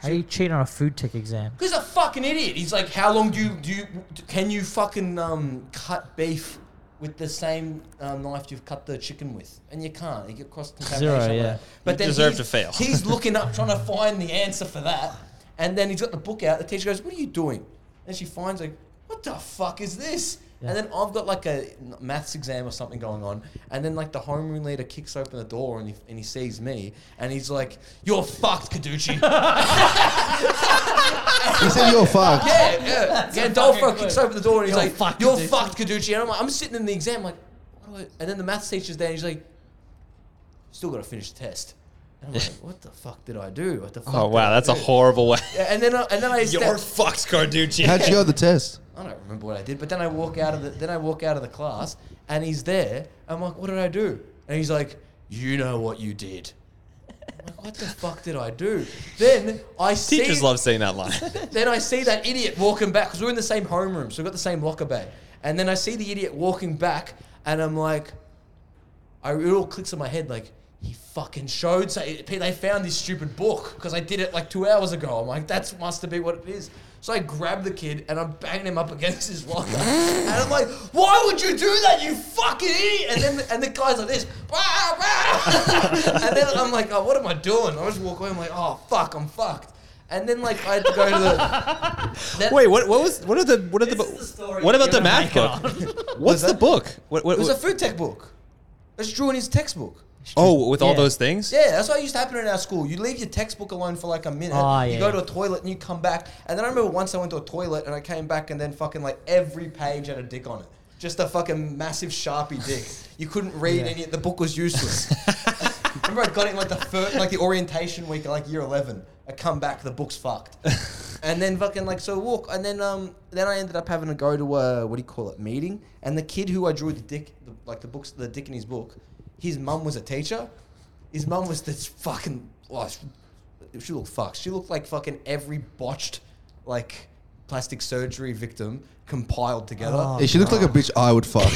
E: How you cheat on a food tech exam?
D: He's a fucking idiot. He's like, "How long do you do? You, can you fucking um cut beef?" With the same um, knife you've cut the chicken with, and you can't. You get cross contamination.
E: Zero, yeah.
D: But
K: You
D: then
K: deserve
D: he's-
K: to fail.
D: He's looking up, trying to find the answer for that. And then he's got the book out. The teacher goes, What are you doing? And she finds, like, What the fuck is this? And then I've got like a maths exam or something going on. And then, like, the homeroom leader kicks open the door and he, and he sees me. And he's like, You're fucked, Kaduchi.
F: he said you're fucked.
D: yeah, yeah. yeah Dolfo kicks open the door and he's like,
E: fucked,
D: "You're
E: Kaduchi."
D: fucked, Kaduchi." And I'm like, I'm sitting in the exam, like, what do I? And then the maths teacher's there, and he's like, "Still got to finish the test." I'm like, what the fuck did I do? What the fuck?
K: Oh
D: did
K: wow,
D: I
K: that's a
D: do?"
K: horrible way.
D: Yeah, And then I, and then I
B: You're
D: stepped-
B: fucked, Carducci.
F: How'd you go at the test?
D: I don't remember what I did, but then I walk out of the then I walk out of the class and he's there. I'm like, what did I do? And he's like, you know what you did. I'm like, what the fuck did I do? Then I see
K: Teachers love saying that line.
D: then I see that idiot walking back because we're in the same homeroom, so we've got the same locker bay. And then I see the idiot walking back, and I'm like, I, it all clicks in my head like, he fucking showed. So they found this stupid book because I did it like two hours ago. I'm like, that's must be what it is. So I grab the kid and I'm banging him up against his locker, and I'm like, "Why would you do that, you fucking idiot?" And then and the guy's like this, "Wah, wah." and then I'm like, "Oh, what am I doing?" I just walk away. I'm like, "Oh fuck, I'm fucked." And then like I had to go to the that-
K: Wait, what? What was? What are the? What are the?
G: This is
K: bu-
G: the story
K: what
G: you're
K: about the
G: gonna
K: math
G: make
K: book? What's the book? What, what,
D: It was a
K: what-
D: food tech book. It's drew in his textbook.
K: oh, with all
G: Yeah.
K: those things.
D: Yeah, that's what used to happen in our school. You leave your textbook alone for like a minute.
E: Oh,
D: You
E: yeah.
D: go to a toilet and you come back. And then I remember once I went to a toilet and I came back and then fucking like every page had a dick on it. Just a fucking massive sharpie dick. You couldn't read any. The book was useless. remember I got it in like the first, like the orientation week, in like year eleven. I come back, the book's fucked. and then fucking like so walk, and then um then I ended up having to go to a what do you call it meeting, and the kid who I drew the dick, the, like the books, the dick in his book, his mum was a teacher. His mum was this fucking. Oh, she, she looked fucked. She looked like fucking every botched, like, plastic surgery victim compiled together.
F: Yeah, she looked like a bitch I would fuck.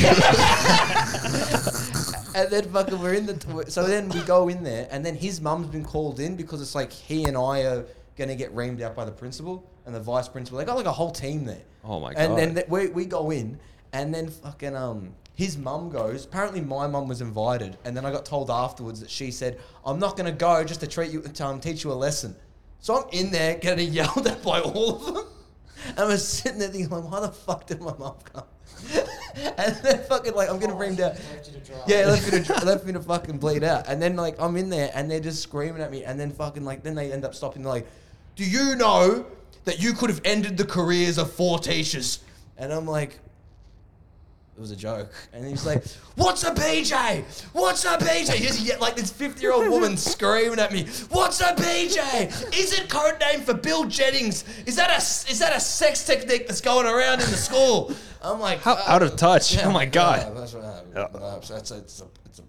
D: And then fucking we're in the t- so then we go in there, and then his mum's been called in because it's like he and I are gonna get reamed out by the principal and the vice principal. They got like a whole team there.
K: Oh my
D: And then
K: God.
D: th- we we go in, and then fucking um his mum goes. Apparently my mum was invited, and then I got told afterwards that she said I'm not gonna go just to treat you to um, teach you a lesson. So I'm in there getting yelled at by all of them. And I was sitting there thinking, like, why the fuck did my mum come? and then fucking like, I'm gonna bring down. Yeah, left me, to, left me to fucking bleed out. And then like, I'm in there and they're just screaming at me. And then fucking like, then they end up stopping. They're like, do you know that you could have ended the careers of four teachers? And I'm like, it was a joke. And he's like, What's a PJ? What's a PJ? He just yet like this 50 year old woman screaming at me, What's a PJ? Is it code name for Bill Jennings? Is that a is that a sex technique that's going around in the school? I'm like,
K: How out of touch?
D: yeah,
K: oh my
D: yeah,
K: god.
D: that's what happened. No, it's, it's, a, it's, a, it's a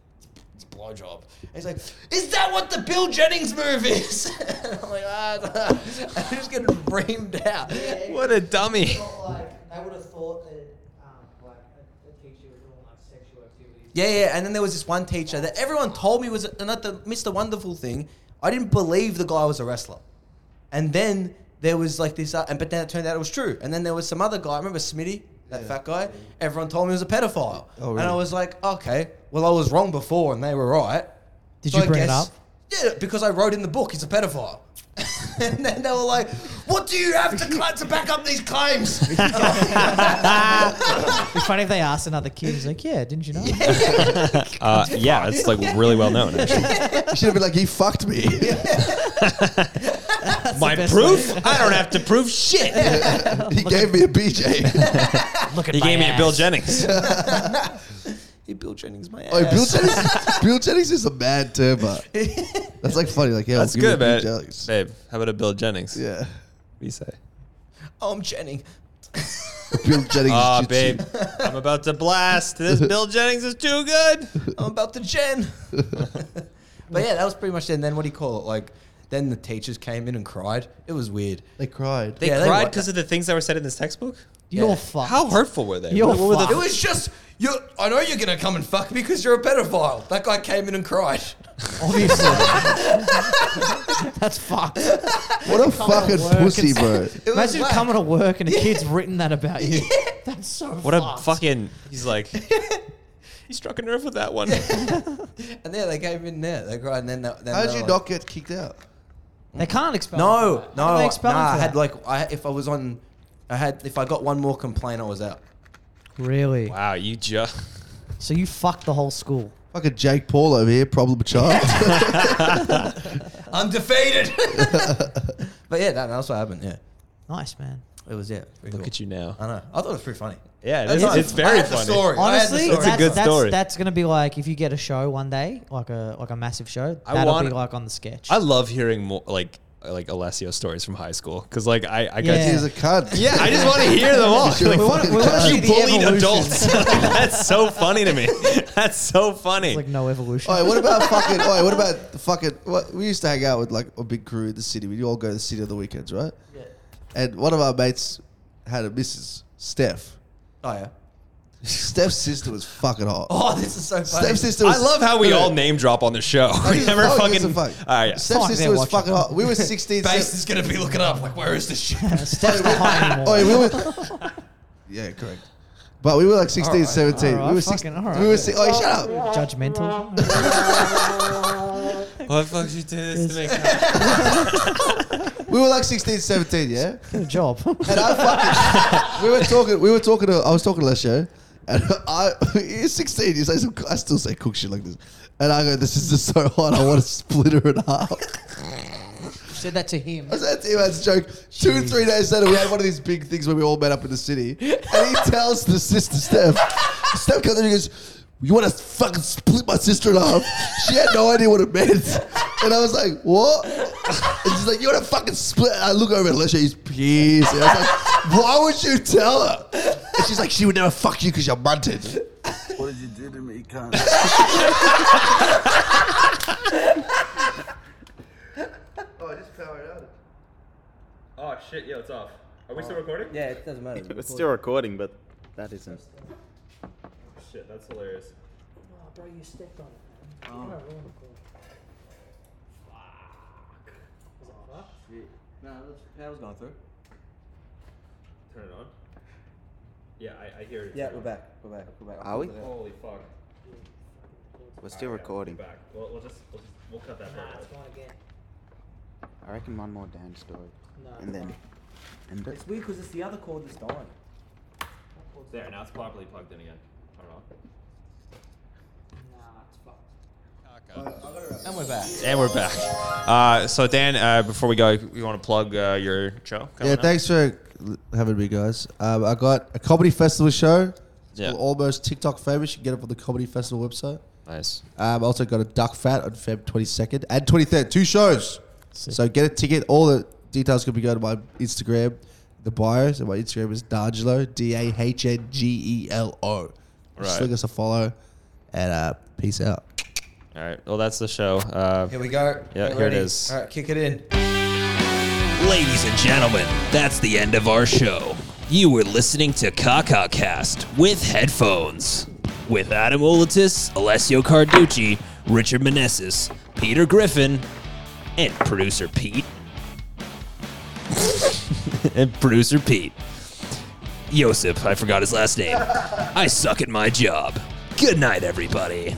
D: it's a blowjob. And He's like, is that what the Bill Jennings move is? And I'm like, ah, I'm just getting reamed out.
K: What a dummy.
H: But like, they would have thought that um, like a, a teacher was doing like sexual activities.
D: Yeah, yeah. And then there was this one teacher that everyone told me was another Mr. Wonderful thing. I didn't believe the guy was a wrestler. And then there was like this, uh, and but then it turned out it was true. And then there was some other guy. Remember Smitty, that fat guy? Everyone told me he was a pedophile.
F: Oh,
D: And I
F: really?
D: was like, okay, well I was wrong before, and they were right.
E: Did
D: So
E: you
D: I
E: bring it
D: guess-
E: up?
D: Yeah, because I wrote in the book he's a pedophile. and then they were like, "What do you have to cl- to back up these claims?"
E: It'd be funny if they asked another kid. He's like, yeah, didn't you know?
K: Uh, yeah, it's like really well known. Actually.
F: she should have been like, he fucked me.
K: My proof? I don't have to prove shit.
F: he gave me a BJ.
E: Look at
K: He
E: my
K: gave me a
E: ass.
K: Bill Jennings.
D: Hey, Bill Jennings, my ass.
F: oh, Bill Jennings, Bill Jennings is a mad turbo. That's like funny. Like, yeah,
K: That's
F: we'll give
K: good,
F: you a
K: man.
F: BJ, Alex.
K: Babe, how about a Bill Jennings? What
F: Yeah.
K: do you say?
D: I'm Jennings.
F: Bill Jennings.
K: Ah,
F: jitsu.
K: babe, I'm about to blast. This Bill Jennings is too good.
D: I'm about to Jen. but yeah, that was pretty much it. And then what do you call it? Like, then the teachers came in and cried. It was weird.
F: They cried.
K: They
D: Yeah, they
K: cried
D: wa-
K: because of the things that were said in this textbook.
E: You're
D: Yeah.
E: fucked.
K: How hurtful were they?
E: You're
K: What- what were the-
E: fucked.
D: It was just you. I know you're gonna come and fuck me because you're a pedophile. That guy came in and cried.
E: Obviously. That's fucked.
F: What a fucking
E: work and
F: pussy, bro.
D: It was
E: Imagine
D: whack.
E: coming to work and a kid's written that about you. That's so
K: what a
E: fucked.
K: fucking. He's like, he struck a nerve with that one.
D: And yeah, they came in there. They cried. And then, they, then
F: How
D: they
F: did you
D: were
F: not get kicked out?
E: They can't expel.
D: No,
E: him for that.
D: no,
E: How do they
D: nah,
E: expel him for
D: I had
E: that?
D: like I, if I was on, I had if I got one more complaint, I was out.
E: Really?
K: wow, ah, you just.
E: So you fucked the whole school.
F: Fucking Jake Paul over here, problem child.
D: Undefeated. but yeah, that, that's what happened. Yeah,
E: Nice, man.
D: it was yeah. pretty
K: Look
D: cool.
K: at you now.
D: I know. I thought it was pretty funny.
K: Yeah, it
D: That's
K: is,
D: not-
K: it's very
D: I had the
K: funny.
D: story. I had the
E: Honestly,
D: story.
E: that's,
K: good
E: that's,
K: story.
E: that's gonna be like if you get a show one day, like a like a massive show,
K: I
E: that'll
K: wanna-
E: be like on the sketch.
K: I love hearing more like like Alessio stories from high school because like I I
E: Yeah.
K: got
F: He's a cunt.
K: yeah I just want to hear them all.
F: He's a
K: Like,
F: fucking
E: we wanna
F: cunt.
E: see
K: you
E: the
K: bullied
E: evolution.
K: adults. Like, that's so funny to me. That's so funny.
E: It's like no evolution.
F: Oi, what about fucking? Oi, what about the fucking? What, we used to hang out with like a big crew in the city. We'd all go to the city on the weekends, right? Yeah. And one of our mates had a Mrs. Steph.
D: Oh yeah.
F: Steph's sister was fucking hot.
D: Oh, this is so funny.
F: Steph's sister.
K: I
F: Was,
K: love how we all name drop on the show. We never
F: Oh, he gives
K: fucking.
F: a fuck.
K: Ah, yeah.
F: Steph's
E: Fuck,
F: sister
E: they're
F: was
E: watching.
F: fucking hot. We were 16.
D: Base
F: 17.
D: is gonna be looking up like, where is this shit?
E: Steph's behind him all.
F: Oi, we were. Yeah, correct. But we were like 16, 17.
E: Alright,
F: we were 16.
E: fucking alright.
F: We were. Si- oh, shut up.
E: Judgmental.
K: What the fuck you did this to me?
F: We were like 16, 17, yeah?
E: Good job.
F: And I fucking, we were talking, we were talking to, I was talking to Les show, and I, you're 16, you say some, I still say cook shit like this. And I go, this is just so hot, I want to split her in half.
E: Said that to him.
F: I said to him, that's a joke. Two or three days later, we had one of these big things where we all met up in the city, and he tells the sister, Steph, Steph comes in and he goes, you want to fucking split my sister in half? She had no idea what it meant. And I was like, what? And she's like, you want to fucking split? I look over at Alicia, he's pissed. And I was like, why would you tell her? And she's like, she would never fuck you because you're munted.
J: What did you do to me, cunt?
F: Oh, I just powered out.
C: Oh shit! Yo, it's off. Are we still
D: Oh.
C: recording?
J: Yeah, it doesn't matter.
I: It's still recording, but that isn't.
C: Shit, that's hilarious.
H: Oh, bro, you stepped on it, man. You're gonna ruin the call.
D: No, power's going through.
C: Turn it on. Yeah, I, I hear it.
D: Yeah, we're back. We're back. We're back.
I: Are we?
C: Holy fuck!
I: We're still recording.
C: Back. We'll, we'll just we'll, just, we'll cut that.
H: Nah,
C: part out.
H: it's going again.
I: I reckon one more Dan story,
H: No,
I: and then end it.
J: It's weird because it's the other cord that's dying.
C: There, now it's properly plugged in again. Turn it on.
H: Nah, it's fucked.
D: And we're back.
K: And we're back. Uh, so Dan, uh, before we go, you want to plug uh, your show? coming
F: Yeah,
K: up?
F: thanks for having me, guys. Um, I got a comedy festival show. It's
K: Yeah.
F: called Almost TikTok famous. You can get it from the comedy festival website.
K: Nice.
F: Um, I also got a duck fat on Feb 22nd and 23rd. Two shows. So get a ticket. All the details can be go to my Instagram, the bios, and my Instagram is D'Angelo, D A H N G E L O. Just
K: Right.
F: give us a follow and uh, peace out.
K: All right. Well, that's the show. Uh,
D: Here we go.
K: Yeah,
D: Get
K: here it
D: ready.
K: is.
D: All right, kick it in.
B: Ladies and gentlemen, that's the end of our show. You were listening to Kaka Cast with headphones. With Adam Olatis, Alessio Carducci, Richard Meneses, Peter Griffin, and producer Pete. and producer Pete. Josip, I forgot his last name. I suck at my job. Good night, everybody.